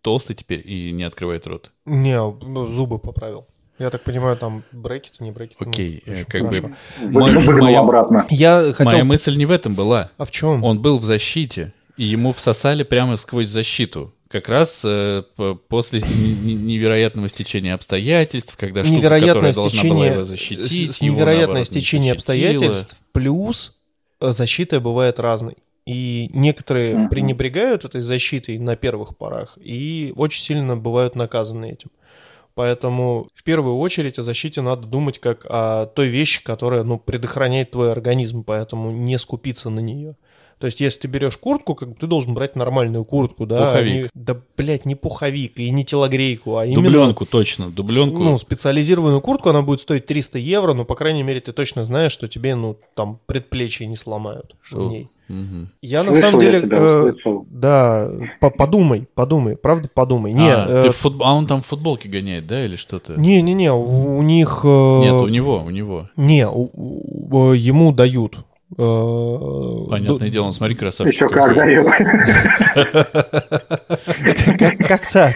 Speaker 3: Толстый теперь и не открывает рот.
Speaker 1: Не, ну, зубы поправил. Я так понимаю, там брекеты, не брекеты. ну,
Speaker 3: Окей, э,
Speaker 1: очень
Speaker 3: как
Speaker 1: хорошо.
Speaker 3: бы...
Speaker 2: Выгнул
Speaker 3: моя-
Speaker 2: обратно.
Speaker 1: Я хотел...
Speaker 3: Моя мысль не в этом была.
Speaker 1: А в чем?
Speaker 3: Он был в защите, и ему всосали прямо сквозь защиту. Как раз э, п- после не- не- невероятного стечения обстоятельств, когда штука, которая
Speaker 1: невероятное
Speaker 3: должна была
Speaker 1: стечение, э,
Speaker 3: его защитить,
Speaker 1: с-
Speaker 3: его,
Speaker 1: невероятное
Speaker 3: наоборот, не
Speaker 1: стечение
Speaker 3: защитила.
Speaker 1: обстоятельств, плюс э, защита бывает разной. И некоторые
Speaker 2: Мгм.
Speaker 1: пренебрегают этой защитой на первых порах и очень сильно бывают наказаны этим. Поэтому в первую очередь о защите надо думать как о той вещи, которая ну, предохраняет твой организм, поэтому не скупиться на нее. То есть, если ты берешь куртку, как бы ты должен брать нормальную куртку, да?
Speaker 3: Пуховик.
Speaker 1: а не- да, блядь, не пуховик и не телогрейку, а именно
Speaker 3: Дубленку, точно, дубленку.
Speaker 1: ну, специализированную куртку, она будет стоить 300 евро, но, по крайней мере, ты точно знаешь, что тебе, ну, там, предплечья не сломают в ней.
Speaker 3: Мгм.
Speaker 1: Я, на
Speaker 2: Слышал
Speaker 1: самом
Speaker 2: я
Speaker 1: деле...
Speaker 2: тебя,
Speaker 1: э,
Speaker 2: услышал.
Speaker 1: да, по- подумай, подумай, правда, подумай. Не,
Speaker 3: а, ты
Speaker 1: э,
Speaker 3: в фут- а он там в футболке гоняет, да, или что-то?
Speaker 1: не, не, не, у, у них... э,
Speaker 3: Нет, у него, у него.
Speaker 1: Не, у- у- э, ему дают... э,
Speaker 3: Понятное
Speaker 1: ду-
Speaker 3: дело, он, смотри, красавчик.
Speaker 2: Еще
Speaker 3: какой.
Speaker 2: как даю.
Speaker 1: Как, как так?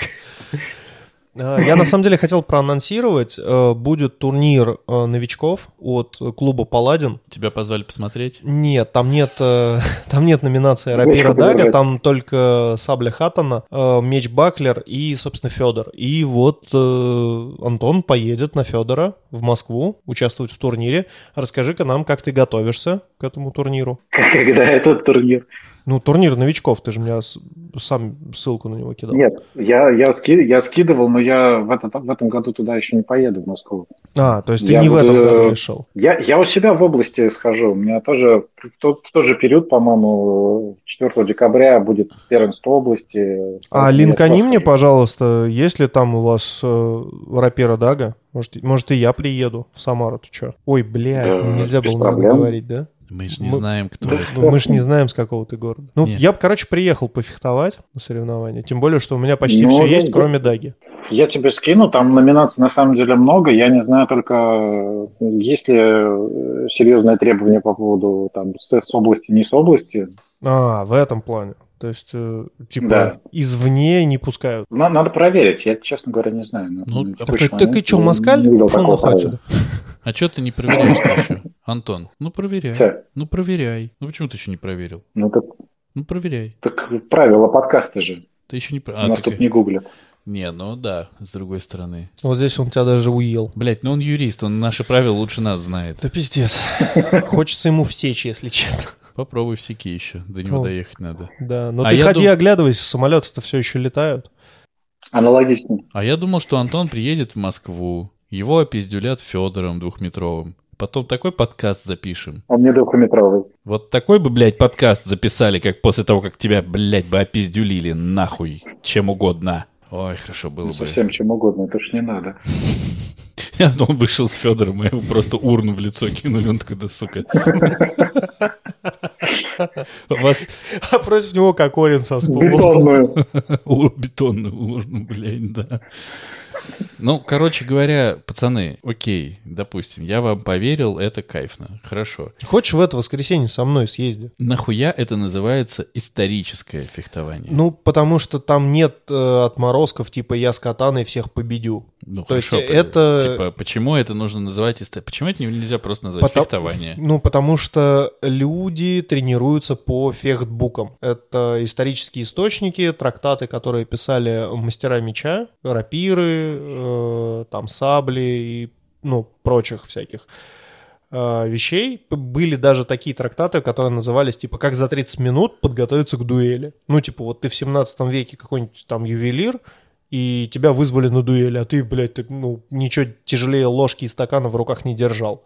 Speaker 1: Э, Я на самом деле хотел проанонсировать. э, Будет турнир э, новичков от клуба «Паладин».
Speaker 3: Тебя позвали посмотреть?
Speaker 1: Нет, там нет, э, там нет номинации Рапира
Speaker 2: Зачем
Speaker 1: Дага,
Speaker 2: выбирать?
Speaker 1: там только Сабля Хаттона, э, Меч Баклер и, собственно, Федор. И вот э, Антон поедет на Федора в Москву участвовать в турнире. Расскажи-ка нам, как ты готовишься к этому турниру.
Speaker 2: Когда этот турнир?
Speaker 1: Ну, турнир новичков, ты же меня с- сам ссылку на него кидал.
Speaker 2: Нет, я, я, ски- я скидывал, но я в, этот- в этом году туда еще не поеду, в Москву.
Speaker 1: А, то есть ты
Speaker 2: Я
Speaker 1: не в этом
Speaker 2: буду-
Speaker 1: году решил.
Speaker 2: Я, я у себя в области схожу. У меня тоже в тот, в тот же период, по-моему, 4 декабря будет первенство области.
Speaker 1: А
Speaker 2: Я
Speaker 1: линкани
Speaker 2: туда
Speaker 1: мне,
Speaker 2: схожу.
Speaker 1: пожалуйста, есть ли там у вас э, рапира Дага? Может, и- может, и я приеду в Самару, ты чё? Ой, блядь,
Speaker 2: Да,
Speaker 1: нельзя
Speaker 2: без
Speaker 1: было, наверное,
Speaker 2: проблем.
Speaker 1: говорить, да?
Speaker 3: Мы же не
Speaker 1: Мы-
Speaker 3: знаем, кто
Speaker 2: Да.
Speaker 3: это.
Speaker 1: Ну, мы же не знаем, с какого ты города. Ну,
Speaker 3: Нет.
Speaker 1: я бы, короче, приехал пофехтовать на соревнования. Тем более, что у меня почти
Speaker 2: Ну,
Speaker 1: все
Speaker 2: да,
Speaker 1: есть,
Speaker 2: да.
Speaker 1: кроме Даги.
Speaker 2: Я тебе скину, там номинаций на самом деле много. Я не знаю только, э, есть ли э, серьезные требования по поводу там, с, с области, не с области.
Speaker 1: А, в этом плане. То есть, э, типа,
Speaker 2: Да.
Speaker 1: извне не пускают.
Speaker 2: На- надо проверить, я, честно говоря, не знаю. На-
Speaker 3: Ну,
Speaker 2: на
Speaker 3: так-
Speaker 2: текущий
Speaker 1: так и
Speaker 2: момент
Speaker 1: чё,
Speaker 2: не-
Speaker 1: москаль?
Speaker 2: не видел
Speaker 1: Пошёл
Speaker 2: такого
Speaker 1: нахуй
Speaker 2: правила.
Speaker 3: А что ты не проверяешь-то еще? Антон, ну проверяй.
Speaker 2: Всё.
Speaker 3: Ну проверяй. Ну почему ты еще не проверил?
Speaker 2: Ну, так,
Speaker 3: Ну проверяй.
Speaker 2: так правила подкаста же.
Speaker 3: Ты еще не... про-
Speaker 2: У
Speaker 3: А,
Speaker 2: нас
Speaker 3: так-
Speaker 2: тут не гуглят.
Speaker 3: Не, ну да, с другой стороны.
Speaker 1: Вот здесь он тебя даже уел.
Speaker 3: Блять, ну он юрист, он наши правила лучше нас знает.
Speaker 1: Да пиздец. Хочется ему всечь, если честно.
Speaker 3: Попробуй всеки еще, до него
Speaker 1: Ну.
Speaker 3: доехать надо.
Speaker 1: Да, но
Speaker 3: А
Speaker 1: ты
Speaker 3: я
Speaker 1: ходи,
Speaker 3: дум-
Speaker 1: оглядывайся, самолеты-то все еще летают.
Speaker 2: Аналогично.
Speaker 3: А я думал, что Антон приедет в Москву, его опиздюлят Федором двухметровым. Потом такой подкаст запишем.
Speaker 2: Он не двухметровый.
Speaker 3: Вот такой бы, блядь, подкаст записали, как после того, как тебя, блядь, бы опиздюлили нахуй, чем угодно. Ой, хорошо было бы.
Speaker 2: Ну, Совсем чем угодно, это ж не надо.
Speaker 3: Он вышел с Федором, и ему просто урну в лицо кинули. Он такой, да сука. Вас
Speaker 1: А против него Кокорин со стула.
Speaker 2: Бетонную.
Speaker 3: у- бетонную урну, блядь, да. Ну, короче говоря, пацаны, окей, допустим, я вам поверил, это кайфно, хорошо.
Speaker 1: Хочешь в это воскресенье со мной съезди?
Speaker 3: Нахуя это называется историческое фехтование?
Speaker 1: Ну, потому что там нет э, отморозков, типа я с катаной всех победю.
Speaker 3: Ну,
Speaker 1: то есть
Speaker 3: по-
Speaker 1: это-
Speaker 3: Типа, почему это нужно называть... исто- Почему это нельзя просто назвать
Speaker 1: Потом-
Speaker 3: фехтование?
Speaker 1: Ну, потому что люди тренируются по фехтбукам. Это исторические источники, трактаты, которые писали мастера меча, рапиры, э, там сабли и ну, прочих всяких э, вещей. П- Были даже такие трактаты, которые назывались, типа, как за 30 минут подготовиться к дуэли. Ну, типа, вот ты в 17 веке какой-нибудь там ювелир, и тебя вызвали на дуэль, а ты, блядь, ты, ну, ничего тяжелее ложки и стакана в руках не держал.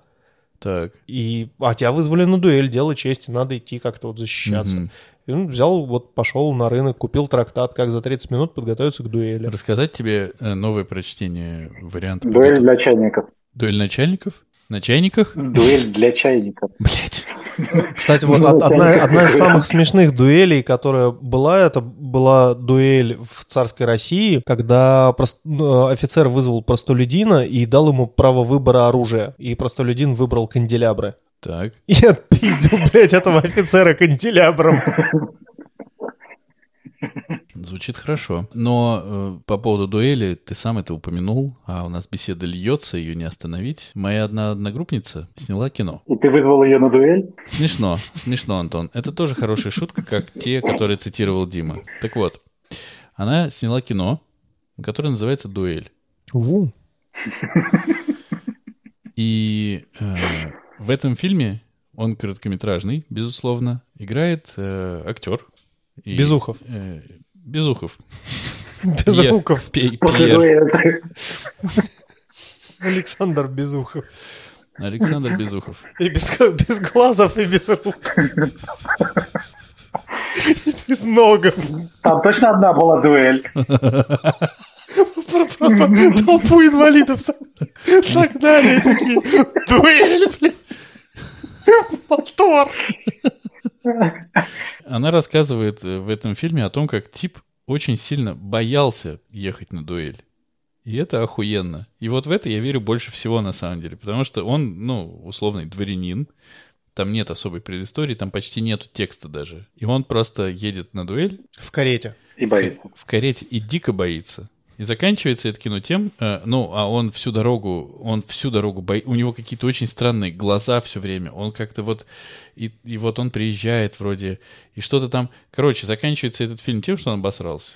Speaker 3: Так.
Speaker 1: И, а тебя вызвали на дуэль, дело чести, надо идти как-то вот защищаться.
Speaker 3: мгм.
Speaker 1: И он взял, вот пошел на рынок, купил трактат, как за 30 минут подготовиться к дуэли.
Speaker 3: Рассказать тебе э, новое прочтение варианта
Speaker 2: Дуэль
Speaker 3: подготов-
Speaker 2: для чайников.
Speaker 3: Дуэль начальников? На чайниках?
Speaker 2: Дуэль для чайников.
Speaker 3: Блять.
Speaker 1: Кстати, вот
Speaker 2: Ну,
Speaker 1: од- одна,
Speaker 2: конечно,
Speaker 1: одна из
Speaker 2: дуэль.
Speaker 1: самых смешных дуэлей, которая была, это была дуэль в царской России, когда прос- ну, офицер вызвал простолюдина и дал ему право выбора оружия. И простолюдин выбрал канделябры.
Speaker 3: Так.
Speaker 1: И отпиздил, блядь, этого офицера канделябром.
Speaker 3: Звучит хорошо. Но э, по поводу дуэли, ты сам это упомянул, а у нас беседа льется, ее не остановить. Моя одна одногруппница сняла кино.
Speaker 2: И ты вызвал ее на дуэль?
Speaker 3: Смешно, смешно, Антон. Это тоже хорошая шутка, как те, которые цитировал Дима. Так вот, она сняла кино, которое называется «Дуэль».
Speaker 1: Ву.
Speaker 3: И э, в этом фильме, он короткометражный, безусловно, играет э, актер. И,
Speaker 1: Безухов.
Speaker 3: э, Безухов.
Speaker 1: Без
Speaker 3: Я-
Speaker 1: звуков.
Speaker 3: Пе-
Speaker 2: После
Speaker 3: Пьер.
Speaker 2: дуэли.
Speaker 1: Александр Безухов.
Speaker 3: Александр Безухов.
Speaker 1: И без, без глазов, и без рук. И без ногов.
Speaker 2: Там точно одна была дуэль.
Speaker 1: Про- Просто толпу инвалидов со- согнали и такие дуэль, блядь. Мотор.
Speaker 3: Она рассказывает э, в этом фильме о том, как тип очень сильно боялся ехать на дуэль. И это охуенно. И вот в это я верю больше всего на самом деле, потому что он, ну, условный дворянин, там нет особой предыстории, там почти нету текста даже. И он просто едет на дуэль
Speaker 1: В карете.
Speaker 2: И боится.
Speaker 3: в карете и дико боится. И заканчивается это кино тем, э, ну, а он всю дорогу, он всю дорогу бои, у него какие-то очень странные глаза все время, он как-то вот, и, и вот он приезжает вроде, и что-то там, короче, заканчивается этот фильм тем, что он обосрался.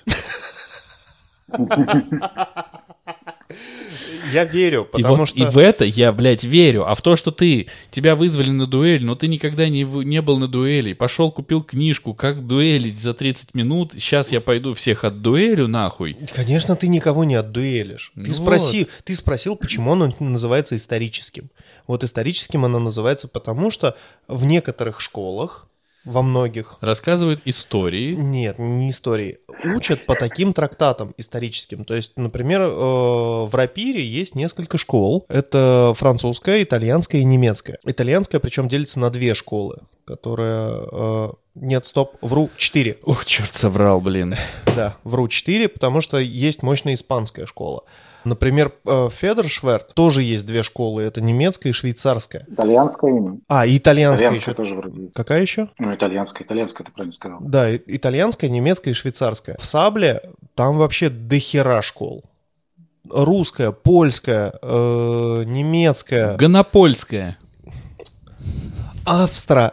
Speaker 1: я верю,
Speaker 3: И,
Speaker 1: потому
Speaker 3: вот-
Speaker 1: что...
Speaker 3: и в это я, блядь, верю. А в то, что ты, тебя вызвали на дуэль, но ты никогда не, в- не был на дуэли. Пошел, купил книжку, как дуэлить за 30 минут. Сейчас я пойду всех отдуэлю нахуй.
Speaker 1: Конечно, ты никого не отдуэлишь.
Speaker 3: Ну
Speaker 1: Ты, спроси, ты спросил, почему оно называется историческим. Вот историческим оно называется потому, что в некоторых школах, во многих,
Speaker 3: Рассказывают истории.
Speaker 1: нет, не истории, учат по таким трактатам историческим. То есть, например, э, в Рапире есть несколько школ. Это французская, итальянская и немецкая. Итальянская, причем делится на две школы, которая... э, Нет, стоп, вру, четыре.
Speaker 3: Ох, черт соврал, блин.
Speaker 1: Да, вру 4, потому что есть мощная испанская школа. Например, э, Федершверт тоже есть две школы. Это немецкая и швейцарская.
Speaker 2: Итальянская имя.
Speaker 1: А, и итальянская
Speaker 2: Итальянская
Speaker 1: еще.
Speaker 2: тоже вроде. есть.
Speaker 1: Какая еще?
Speaker 2: Ну, итальянская, итальянская, ты правильно сказал.
Speaker 1: Да, и- итальянская, немецкая и швейцарская. В Сабле там вообще дохера школ. Русская, польская, э, немецкая,
Speaker 3: Гонопольская.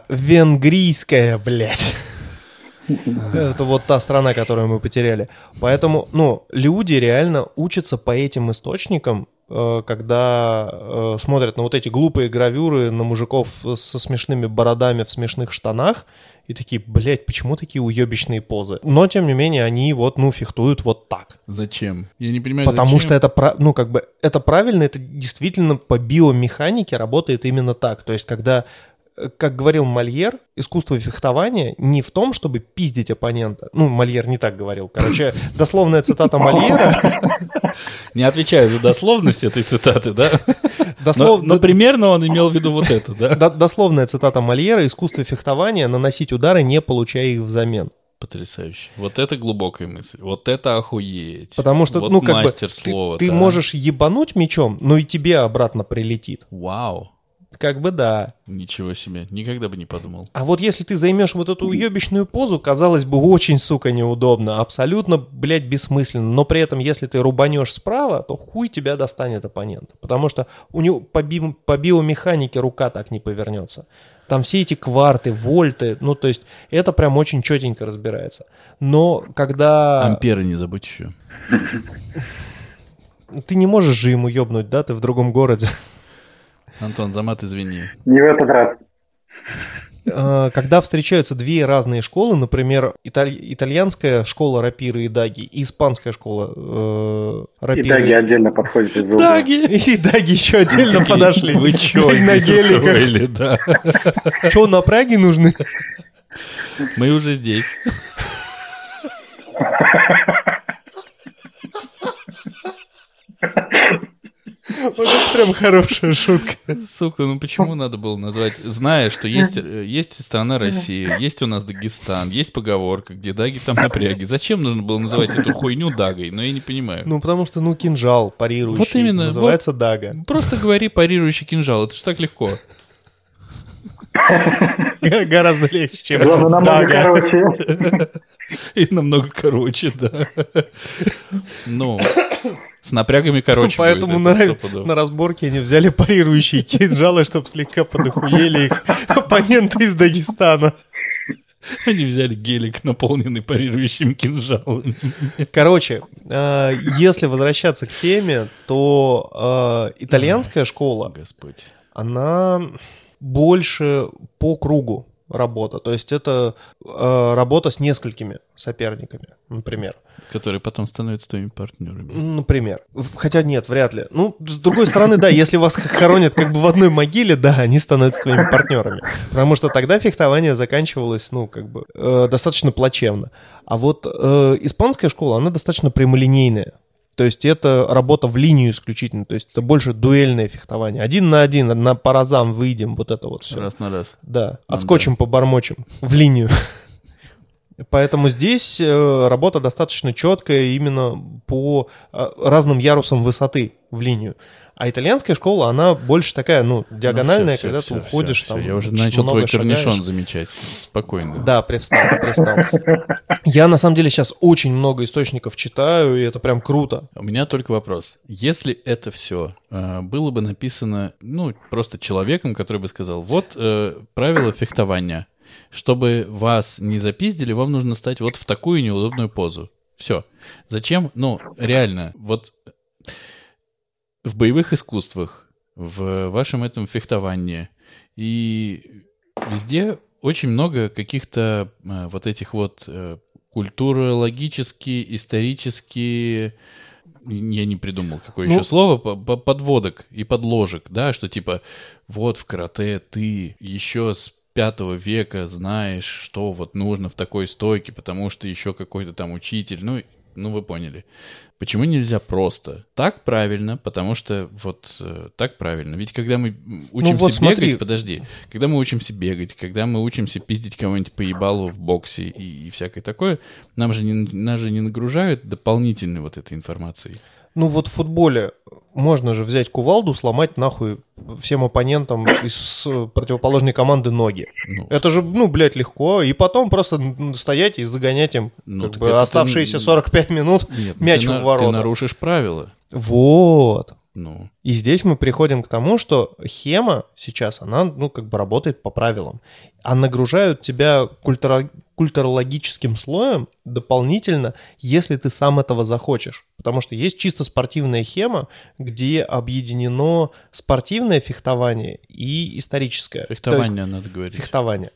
Speaker 1: австро-венгрийская, блядь. Это вот та страна, которую мы потеряли. Поэтому, ну, люди реально учатся по этим источникам, э, когда э, смотрят на вот эти глупые гравюры на мужиков со смешными бородами в смешных штанах и такие, блядь, почему такие уебищные позы? Но, тем не менее, они вот, ну, фехтуют вот так.
Speaker 3: Зачем? Я не понимаю,
Speaker 1: Потому
Speaker 3: зачем.
Speaker 1: что это, пра- ну, как бы, это правильно, это действительно по биомеханике работает именно так. То есть, когда, э, как говорил Мольер, искусство фехтования не в том, чтобы пиздить оппонента. Ну, Мольер не так говорил. Короче, дословная цитата Мольера.
Speaker 3: Не отвечаю за дословность этой цитаты, да? Но,
Speaker 1: дослов-
Speaker 3: но примерно он имел в виду вот это, да?
Speaker 1: до- Дословная цитата Мольера «Искусство фехтования – наносить удары, не получая их взамен».
Speaker 3: Потрясающе. Вот это глубокая мысль. Вот это охуеть.
Speaker 1: Потому что,
Speaker 3: Вот
Speaker 1: ну, как бы,
Speaker 3: мастер
Speaker 1: ты-
Speaker 3: слова.
Speaker 1: ты, можешь ебануть мечом, но и тебе обратно прилетит.
Speaker 3: Вау.
Speaker 1: Как бы да.
Speaker 3: Ничего себе. Никогда бы не подумал.
Speaker 1: А вот если ты займешь вот эту уебищную позу, казалось бы, очень, сука, неудобно, абсолютно, блядь, бессмысленно. Но при этом, если ты рубанешь справа, то хуй тебя достанет оппонент. Потому что у него по, би- по биомеханике рука так не повернется. Там все эти кварты, вольты, ну, то есть это прям очень четенько разбирается. Но когда...
Speaker 3: Амперы не забудь еще.
Speaker 1: Ты не можешь же ему ебнуть, да, ты в другом городе.
Speaker 3: Антон, за мат извини.
Speaker 2: Не в этот раз.
Speaker 1: Э, когда встречаются две разные школы, например, италь- итальянская школа рапиры и даги и испанская школа э,
Speaker 2: И
Speaker 1: рапиры.
Speaker 2: Даги отдельно подходит из-за угла.
Speaker 1: И даги еще отдельно подошли.
Speaker 3: Вы чё
Speaker 1: И на
Speaker 3: здесь
Speaker 1: геликах.
Speaker 3: устроили, да?
Speaker 1: Чё, на Праге нужны?
Speaker 3: Мы уже здесь.
Speaker 1: Вот это прям хорошая шутка.
Speaker 3: Сука, ну почему надо было назвать? Зная, что есть, э, есть страна Россия, есть у нас Дагестан, есть поговорка, где даги, там напряги. Зачем нужно было называть эту хуйню дагой? Ну я не понимаю.
Speaker 1: Ну, потому что, ну, кинжал парирующий.
Speaker 3: Вот именно,
Speaker 1: Называется дага.
Speaker 3: Просто говори парирующий кинжал, это же так легко.
Speaker 1: Г- Гораздо легче, чем
Speaker 2: Главное, намного
Speaker 1: дага.
Speaker 2: короче.
Speaker 3: И намного короче, да. Ну, с напрягами короче
Speaker 1: Поэтому
Speaker 3: будет, это
Speaker 1: на,
Speaker 3: сто пудов.
Speaker 1: на разборке они взяли парирующие кинжалы, чтобы слегка подохуели их оппоненты из Дагестана.
Speaker 3: Они взяли гелик, наполненный парирующим кинжалом.
Speaker 1: Короче, э, если возвращаться к теме, то э, итальянская школа,
Speaker 3: Господь.
Speaker 1: она больше по кругу работа. То есть это э, работа с несколькими соперниками, например.
Speaker 3: Которые потом становятся твоими партнерами.
Speaker 1: Например. В- Хотя нет, вряд ли. Ну, с другой стороны, да, если вас хоронят как бы в одной могиле, да, они становятся твоими партнерами. Потому что тогда фехтование заканчивалось, ну, как бы, э, достаточно плачевно. А вот э, испанская школа, она достаточно прямолинейная. То есть это работа в линию исключительно. То есть это больше дуэльное фехтование. Один на один, на по разам выйдем, вот это вот все.
Speaker 3: Раз на раз.
Speaker 1: Да,
Speaker 3: Ну
Speaker 1: отскочим, побормочем в линию. Поэтому здесь э, работа достаточно четкая именно по э, разным ярусам высоты в линию. А итальянская школа, она больше такая, ну, диагональная,
Speaker 3: всё, всё,
Speaker 1: когда
Speaker 3: всё,
Speaker 1: ты
Speaker 3: всё,
Speaker 1: уходишь
Speaker 3: всё.
Speaker 1: там.
Speaker 3: Я уже
Speaker 1: очень
Speaker 3: начал
Speaker 1: много
Speaker 3: твой
Speaker 1: шагаешь.
Speaker 3: корнишон замечать. Спокойно.
Speaker 1: Да, привстал, привстал. Я на самом деле сейчас очень много источников читаю, и это прям круто.
Speaker 3: У меня только вопрос. Если это все было бы написано, ну, просто человеком, который бы сказал, вот э, правила фехтования. Чтобы вас не запиздили, вам нужно стать вот в такую неудобную позу. Все. Зачем? Ну, реально, вот в боевых искусствах, в вашем этом фехтовании и везде очень много каких-то э, вот этих вот э, культурологически, исторически, я не придумал какое
Speaker 1: Ну-
Speaker 3: еще слово, по- по- подводок и подложек, да, что типа вот в карате ты еще с пятого века знаешь, что вот нужно в такой стойке, потому что еще какой-то там учитель, ну, ну вы поняли. Почему нельзя просто? Так правильно, потому что вот э, так правильно. Ведь когда мы м, учимся
Speaker 1: вот
Speaker 3: бегать,
Speaker 1: смотри.
Speaker 3: подожди, когда мы учимся бегать, когда мы учимся пиздить кого-нибудь по ебалу в боксе и, и всякое такое, нам же не, нас же не нагружают дополнительной вот этой информацией.
Speaker 1: Ну вот в футболе можно же взять кувалду, сломать нахуй всем оппонентам из э, противоположной команды ноги.
Speaker 3: Ну,
Speaker 1: Это же, ну, блядь, легко. И потом просто н- стоять и загонять им
Speaker 3: Ну,
Speaker 1: как
Speaker 3: так
Speaker 1: бы
Speaker 3: это ты-
Speaker 1: оставшиеся 45 минут.
Speaker 3: Нет, ну
Speaker 1: мяч
Speaker 3: ты
Speaker 1: в
Speaker 3: на-
Speaker 1: ворота.
Speaker 3: Ты нарушишь правила.
Speaker 1: Вот.
Speaker 3: Ну,
Speaker 1: И здесь мы приходим к тому, что хема сейчас, она, ну, как бы работает по правилам. А нагружают тебя культуро- культурологическим слоем дополнительно, если ты сам этого захочешь. Потому что есть чисто спортивная хема, где объединено спортивное фехтование и историческое. Э, То есть
Speaker 3: фехтование надо говорить.
Speaker 1: фехтование,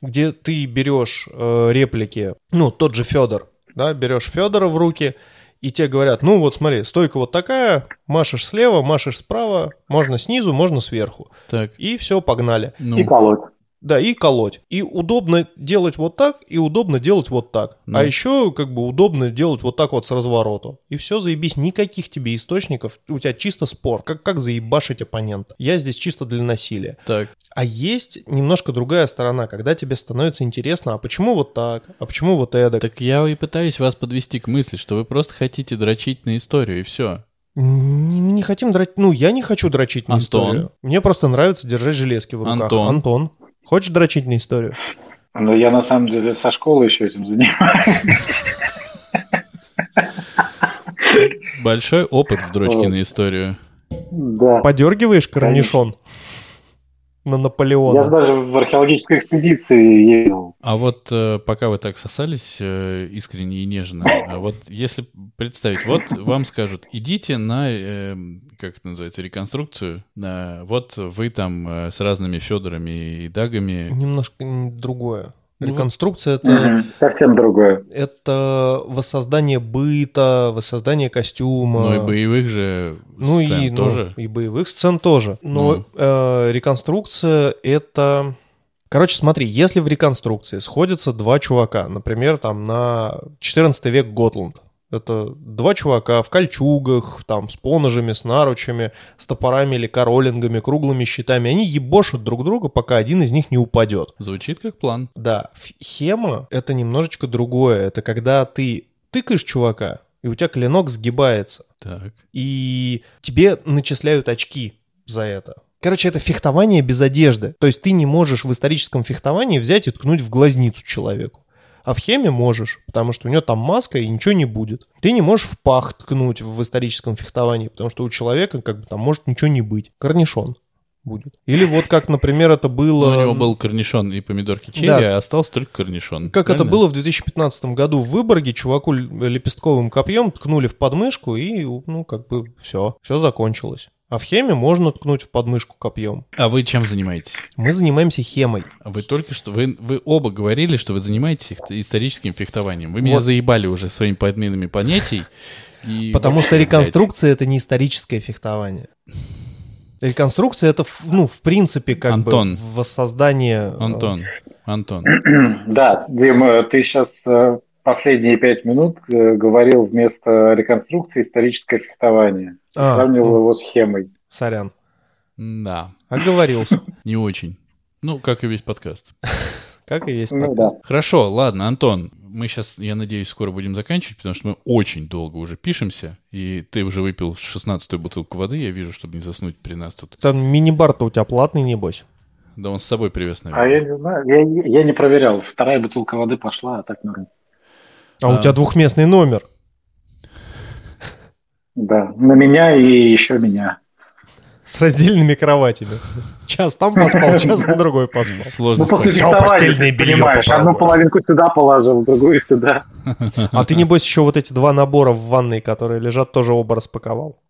Speaker 1: где ты берешь э, реплики, ну, тот же Федор, да, берешь Федора в руки, и те говорят, ну вот смотри, стойка вот такая, машешь слева, машешь справа, можно снизу, можно сверху.
Speaker 3: Так,
Speaker 1: И все, погнали.
Speaker 3: ну,
Speaker 2: И колоть.
Speaker 1: Да, и колоть. И удобно делать вот так, и удобно делать вот так.
Speaker 3: Ну.
Speaker 1: А еще как бы удобно делать вот так вот с развороту. И все, заебись, никаких тебе источников, у тебя чисто спор. Как, как заебашить оппонента? Я здесь чисто для насилия.
Speaker 3: так.
Speaker 1: А есть немножко другая сторона, когда тебе становится интересно, а почему вот так, а почему вот эдак?
Speaker 3: Так я и пытаюсь вас подвести к мысли, что вы просто хотите дрочить на историю, и все.
Speaker 1: Не, не хотим драть, ну я не хочу дрочить на
Speaker 3: Антон.
Speaker 1: историю. Мне просто нравится держать железки в руках.
Speaker 3: Антон.
Speaker 1: Антон, хочешь дрочить на историю?
Speaker 2: Но Ну, я на самом деле со школы еще этим занимаюсь.
Speaker 3: Большой опыт в дрочке
Speaker 2: Вот.
Speaker 3: на историю.
Speaker 2: Да.
Speaker 1: Подергиваешь корнишон на
Speaker 2: Я
Speaker 1: Наполеона?
Speaker 2: даже в археологической экспедиции ездил.
Speaker 3: А вот э, пока вы так сосались э, искренне и нежно, а вот если представить, вот вам скажут, идите на, э, как это называется, реконструкцию, на, вот вы там э, с разными Федорами и Дагами,
Speaker 1: Немножко м, другое.
Speaker 3: Ну вот.
Speaker 1: Реконструкция это,
Speaker 2: Мгм. Совсем другое.
Speaker 1: это воссоздание быта, воссоздание костюма.
Speaker 3: ну и боевых же
Speaker 1: а, Ну
Speaker 3: сцен
Speaker 1: и, ну,
Speaker 3: тоже.
Speaker 1: и боевых сцен тоже. Но
Speaker 3: Ну.
Speaker 1: э, реконструкция это... Короче, смотри, если в реконструкции сходятся два чувака, например, там на 14 век Готланд, это два чувака в кольчугах, там, с поножами, с наручами, с топорами или королингами, круглыми щитами. Они ебошат друг друга, пока один из них не упадет.
Speaker 3: Звучит как план.
Speaker 1: Да, ф- хема — это немножечко другое. Это когда ты тыкаешь чувака, и у тебя клинок сгибается
Speaker 3: Так.
Speaker 1: и тебе начисляют очки за это. Короче, это фехтование без одежды. То есть ты не можешь в историческом фехтовании взять и ткнуть в глазницу человеку. А в хеме можешь, потому что у него там маска и ничего не будет. Ты не можешь в пах ткнуть в историческом фехтовании, потому что у человека как бы там может ничего не быть. Корнишон будет. Или вот как, например, это
Speaker 3: Ну,
Speaker 1: было...
Speaker 3: у него был корнишон и помидорки черри,
Speaker 1: Да.
Speaker 3: а остался только корнишон.
Speaker 1: Как это
Speaker 3: правильно?
Speaker 1: было в 2015 году в Выборге, чуваку л- лепестковым копьем ткнули в подмышку, и, ну, как бы все, все закончилось. А в хеме можно ткнуть в подмышку копьем.
Speaker 3: А вы чем занимаетесь?
Speaker 1: Мы занимаемся хемой.
Speaker 3: А Вы только что... Вы, вы оба говорили, что вы занимаетесь их- историческим фехтованием. Вы меня
Speaker 1: Вот.
Speaker 3: заебали уже своими подменами понятий. И
Speaker 1: потому
Speaker 3: вообще,
Speaker 1: что
Speaker 3: блядь,
Speaker 1: реконструкция это не историческое фехтование. Реконструкция это, ф- ну, в принципе, как
Speaker 3: Антон.
Speaker 1: бы воссоздание. э,
Speaker 3: Антон, Антон,
Speaker 2: Да, Дима, ты сейчас э, последние пять минут э, говорил вместо реконструкции историческое фехтование. И
Speaker 1: А,
Speaker 2: сравнивал
Speaker 1: ну.
Speaker 2: его с схемой.
Speaker 1: Сорян.
Speaker 3: да,
Speaker 1: Оговорился.
Speaker 3: не очень. Ну, как и весь подкаст.
Speaker 1: Как и есть.
Speaker 2: Ну
Speaker 1: подкаст.
Speaker 2: да.
Speaker 3: Хорошо, ладно, Антон, мы сейчас, я надеюсь, скоро будем заканчивать, потому что мы очень долго уже пишемся, и ты уже выпил 16-ю бутылку воды, я вижу, чтобы не заснуть при нас тут.
Speaker 1: Там мини-бар-то у тебя платный, небось.
Speaker 3: Да он с собой привез,
Speaker 2: А я
Speaker 3: наверное.
Speaker 2: не знаю, я, я не проверял. Вторая бутылка воды пошла, а так норм.
Speaker 1: А,
Speaker 3: А.
Speaker 1: у тебя двухместный номер.
Speaker 2: Да, на меня и еще меня.
Speaker 1: С раздельными кроватями. Час там поспал, час на другой поспал.
Speaker 3: Сложно
Speaker 2: ну, после
Speaker 3: сказать.
Speaker 1: всё,
Speaker 2: фехтования,
Speaker 1: постельное
Speaker 2: ты
Speaker 1: бельё
Speaker 2: понимаешь,
Speaker 1: попробую.
Speaker 2: одну половинку сюда положил, другую сюда.
Speaker 1: А ты, небось, еще вот эти два набора в ванной, которые лежат, тоже оба распаковал.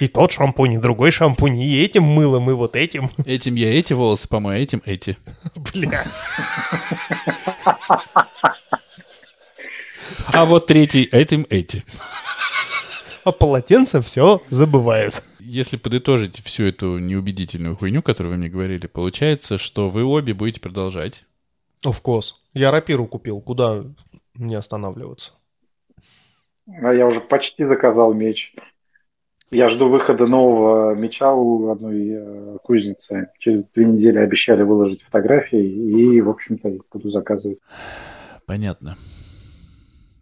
Speaker 1: И тот шампунь, и другой шампунь, и этим мылом, и вот этим.
Speaker 3: Этим я эти волосы помою, а этим эти.
Speaker 1: Блядь.
Speaker 3: А вот третий этим эти.
Speaker 1: А полотенце все забывает.
Speaker 3: Если подытожить всю эту неубедительную хуйню, которую вы мне говорили, получается, что вы обе будете продолжать.
Speaker 1: Овкос. Ну, Я рапиру купил, куда мне останавливаться?
Speaker 2: А я уже почти заказал меч. Я жду выхода нового меча у одной э, кузницы. Через две недели обещали выложить фотографии, и, в общем-то, их буду заказывать.
Speaker 3: Понятно.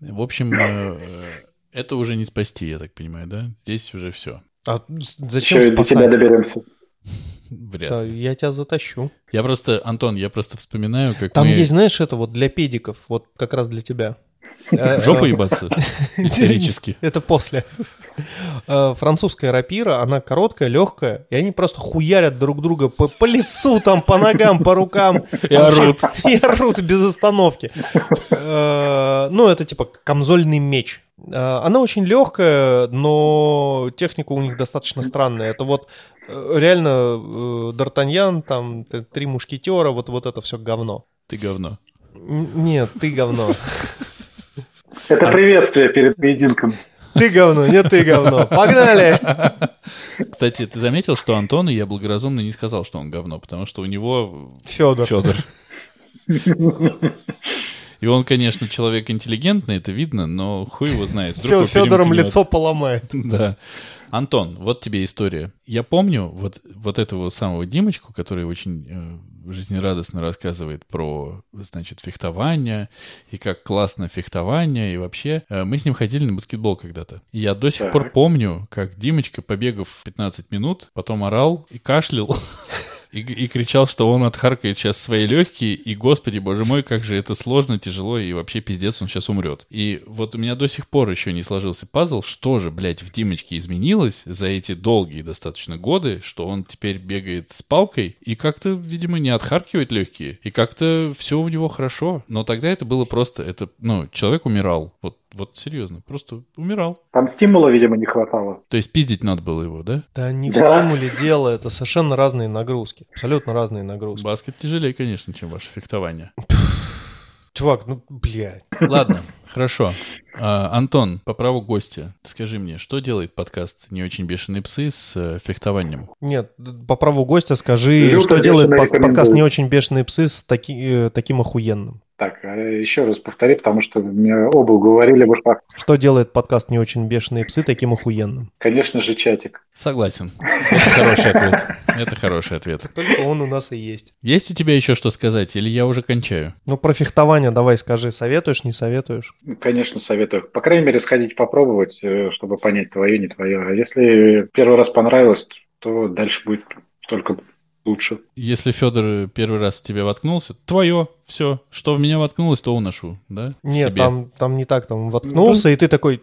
Speaker 3: В общем, э, это уже не спасти, я так понимаю, да? Здесь уже все.
Speaker 1: А зачем
Speaker 2: Еще и до тебя
Speaker 1: спасать?
Speaker 2: доберемся.
Speaker 3: Вряд.
Speaker 1: Да, я тебя затащу.
Speaker 3: Я просто, Антон, я просто вспоминаю, как
Speaker 1: Там
Speaker 3: мы...
Speaker 1: есть, знаешь, это вот для педиков, вот как раз для тебя. Э,
Speaker 3: В жопу ебаться исторически.
Speaker 1: Это после. Э, Французская рапира, она короткая, легкая, и они просто хуярят друг друга по, по лицу, там, по ногам, по рукам.
Speaker 3: И орут.
Speaker 1: И орут без остановки. Э, Ну, это типа камзольный меч. Э, Она очень легкая, но техника у них достаточно странная. Это вот э, реально э, Д'Артаньян, там, т- три мушкетера, вот, вот это все говно.
Speaker 3: Ты говно.
Speaker 1: Н- Нет, ты говно. А?
Speaker 2: Это приветствие перед поединком.
Speaker 1: Ты говно, нет, ты говно. Погнали!
Speaker 3: Кстати, ты заметил, что Антону я благоразумно не сказал, что он говно, потому что у него
Speaker 1: Федор.
Speaker 3: Федор. И он, конечно, человек интеллигентный, это видно, но хуй его знает. Вдруг его
Speaker 1: Федором
Speaker 3: перемкнет.
Speaker 1: лицо поломает.
Speaker 3: Да. Антон, вот тебе история. Я помню вот, вот этого самого Димочку, который очень э, жизнерадостно рассказывает про, значит, фехтование и как классно фехтование и вообще. Э, мы с ним ходили на баскетбол когда-то. И я до сих
Speaker 2: Так.
Speaker 3: пор помню, как Димочка, побегав 15 минут, потом орал и кашлял. И, и кричал, что он отхаркает сейчас свои легкие, и, господи, боже мой, как же это сложно, тяжело, и вообще пиздец, он сейчас умрет. И вот у меня до сих пор еще не сложился пазл, что же, блядь, в Димочке изменилось за эти долгие достаточно годы, что он теперь бегает с палкой и как-то, видимо, не отхаркивает легкие, и как-то все у него хорошо. Но тогда это было просто, это, ну, человек умирал, вот, вот серьезно, просто умирал.
Speaker 2: Там стимула, видимо, не хватало.
Speaker 3: То есть пиздить надо было его, да?
Speaker 1: Да не в
Speaker 2: Да.
Speaker 1: стимуле дело, это совершенно разные нагрузки. Абсолютно разные нагрузки.
Speaker 3: Баскет тяжелее, конечно, чем ваше фехтование.
Speaker 1: Чувак, ну, блядь.
Speaker 3: Ладно, хорошо. А, Антон, по праву гостя, скажи мне, что делает подкаст «Не очень бешеные псы» с э, фехтованием?
Speaker 1: Нет, д- по праву гостя скажи,
Speaker 2: Люто
Speaker 1: что
Speaker 2: бешено
Speaker 1: делает под-
Speaker 2: рекомендую.
Speaker 1: подкаст «Не очень бешеные псы» с таки- э, таким охуенным?
Speaker 2: Так, э, еще раз повтори, потому что мне оба говорили, потому что,
Speaker 1: Что делает подкаст «Не очень бешеные псы» таким охуенным?
Speaker 2: конечно же, чатик.
Speaker 3: Согласен. Это хороший ответ. Это хороший ответ.
Speaker 1: Только он у нас и есть.
Speaker 3: Есть у тебя еще что сказать, или я уже кончаю?
Speaker 1: Ну, про фехтование давай скажи, советуешь, не советуешь?
Speaker 2: Ну, Конечно, советую. По крайней мере, сходить попробовать, э, чтобы понять, твое, не твое. А если первый раз понравилось, то дальше будет только лучше.
Speaker 3: Если Федор первый раз в тебя воткнулся, твое, все. Что в меня воткнулось, то уношу, да? В
Speaker 1: Нет,
Speaker 3: себе.
Speaker 1: там, там не так, там воткнулся, и ты такой,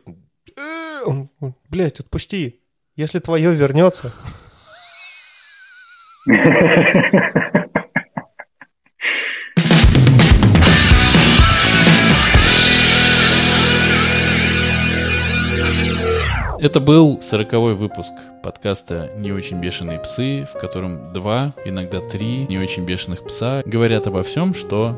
Speaker 1: «Э, он- он, блядь, отпусти, если твое вернется.
Speaker 3: Это был сороковой выпуск подкаста «Не очень бешеные псы», в котором два, иногда три не очень бешеных пса говорят обо всем, что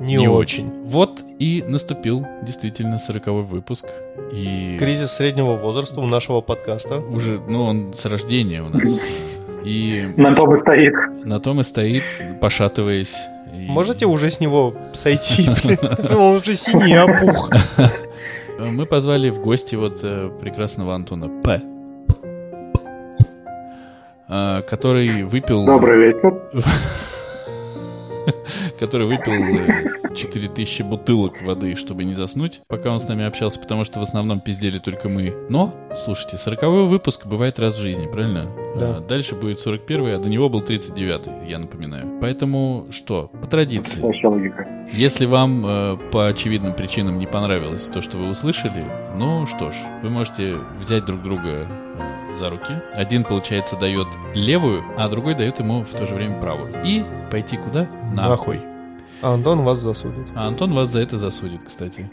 Speaker 1: Не, очень.
Speaker 3: Вот и наступил действительно сороковой выпуск. И
Speaker 1: Кризис среднего возраста у нашего подкаста.
Speaker 3: уже, ну, он с рождения у нас. И
Speaker 2: На том и стоит.
Speaker 3: на том и стоит, пошатываясь. И
Speaker 1: Можете уже с него сойти? блин? Он уже синий опух.
Speaker 3: Мы позвали в гости вот э, прекрасного Антона П. э, Который выпил...
Speaker 2: Добрый вечер.
Speaker 3: который выпил э, 4000 бутылок воды, чтобы не заснуть, пока он с нами общался, потому что в основном пиздели только мы. Но, слушайте, 40 выпуск бывает раз в жизни, правильно?
Speaker 1: Да.
Speaker 3: А, дальше будет 41 а до него был 39 я напоминаю. Поэтому что, по традиции,
Speaker 2: Вообще логика.
Speaker 3: если вам э, по очевидным причинам не понравилось то, что вы услышали, ну что ж, вы можете взять друг друга э, за руки. Один, получается, дает левую, а другой дает ему в то же время правую. И пойти куда?
Speaker 1: Нахуй. А Антон вас засудит.
Speaker 3: а Антон вас за это засудит, кстати.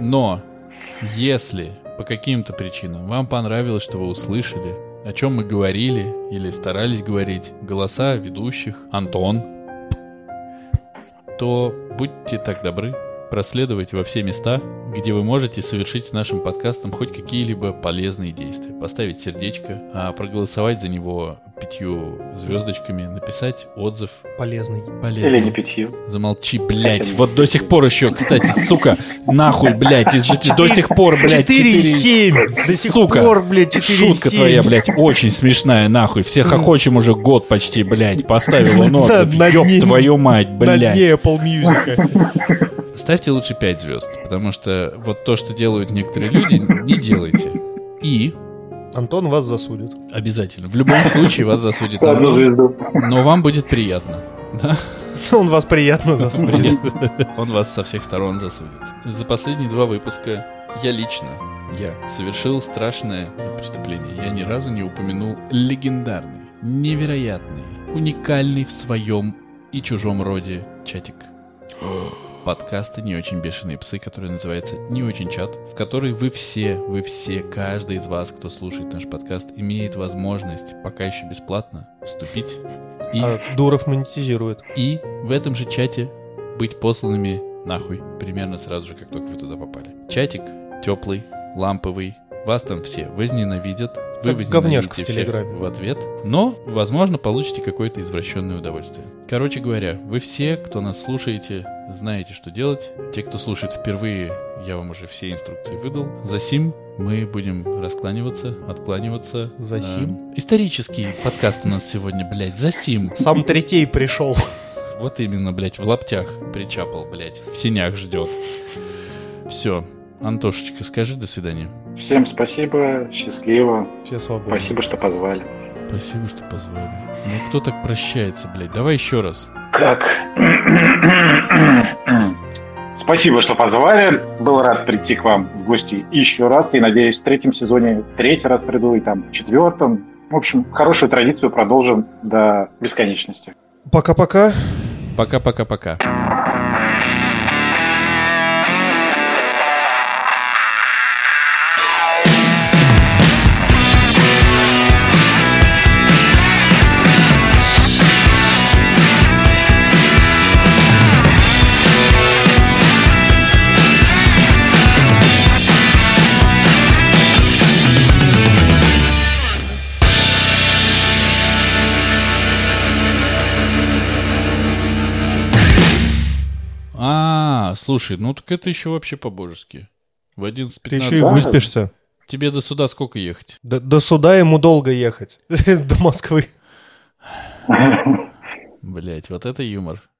Speaker 3: Но Если по каким-то причинам вам понравилось, что вы услышали, о чем мы говорили или старались говорить, голоса ведущих, Антон, то будьте так добры, проследовать во все места, где вы можете совершить с нашим подкастом хоть какие-либо полезные действия. Поставить сердечко, а проголосовать за него пятью звездочками, написать отзыв.
Speaker 1: Полезный.
Speaker 3: Полезный.
Speaker 2: Или не питью.
Speaker 3: Замолчи, блядь. Вот до сих пор еще, кстати, сука, нахуй, блядь. из- до сих пор, блядь,
Speaker 1: 4,7. До сих
Speaker 3: Сука,
Speaker 1: пор, блядь, 4,7.
Speaker 3: шутка твоя, блядь, очень смешная, нахуй. Все хохочем уже год почти, блядь. Поставил он отзыв.
Speaker 1: На
Speaker 3: Ёб
Speaker 1: дне-
Speaker 3: твою мать,
Speaker 1: На
Speaker 3: блядь.
Speaker 1: дне Apple Music.
Speaker 3: Ставьте лучше 5 звезд, потому что вот то, что делают некоторые люди, не делайте. И
Speaker 1: Антон вас засудит.
Speaker 3: обязательно. В любом случае вас засудит
Speaker 2: За одну
Speaker 3: Антон,
Speaker 2: звезду.
Speaker 3: но вам будет приятно. Да?
Speaker 1: Он вас приятно засудит.
Speaker 3: Он вас со всех сторон засудит. За последние два выпуска я лично, я, совершил страшное преступление. Я ни разу не упомянул легендарный, невероятный, уникальный в своем и чужом роде чатик. подкаста «Не очень бешеные псы», который называется «Не очень чат», в который вы все, вы все, каждый из вас, кто слушает наш подкаст, имеет возможность, пока еще бесплатно, вступить и
Speaker 1: А Дуров монетизирует.
Speaker 3: и в этом же чате быть посланными нахуй примерно сразу же, как только вы туда попали. Чатик теплый, ламповый, вас там все возненавидят, вы
Speaker 1: Как говняшка
Speaker 3: возненавидите
Speaker 1: в
Speaker 3: всех
Speaker 1: Телеграме.
Speaker 3: в ответ, но, возможно, получите какое-то извращенное удовольствие. Короче говоря, вы все, кто нас слушаете, знаете, что делать. Те, кто слушает впервые, я вам уже все инструкции выдал. За сим мы будем раскланиваться, откланиваться.
Speaker 1: За сим?
Speaker 3: Эм, исторический подкаст у нас сегодня, блядь, за сим.
Speaker 1: Сам третей пришел.
Speaker 3: Вот именно, блядь, в лаптях причапал, блядь. В синях ждет. Все. Антошечка, скажи до свидания.
Speaker 2: Всем спасибо, счастливо.
Speaker 1: Все свободны.
Speaker 2: Спасибо, что позвали.
Speaker 3: Спасибо, что позвали. Ну кто так прощается, блядь? Давай еще раз.
Speaker 2: Как? Спасибо, что позвали. Был рад прийти к вам в гости еще раз. И надеюсь, в третьем сезоне третий раз приду и там в четвертом. В общем, хорошую традицию продолжим до бесконечности.
Speaker 1: Пока-пока.
Speaker 3: Пока-пока-пока. А, слушай, ну так это еще вообще по-божески. В
Speaker 1: Ты еще и
Speaker 3: 11.15.
Speaker 2: вы-
Speaker 1: выспишься.
Speaker 3: Тебе до суда сколько ехать?
Speaker 1: До, до суда ему долго ехать. До Москвы.
Speaker 3: Блять, вот это юмор.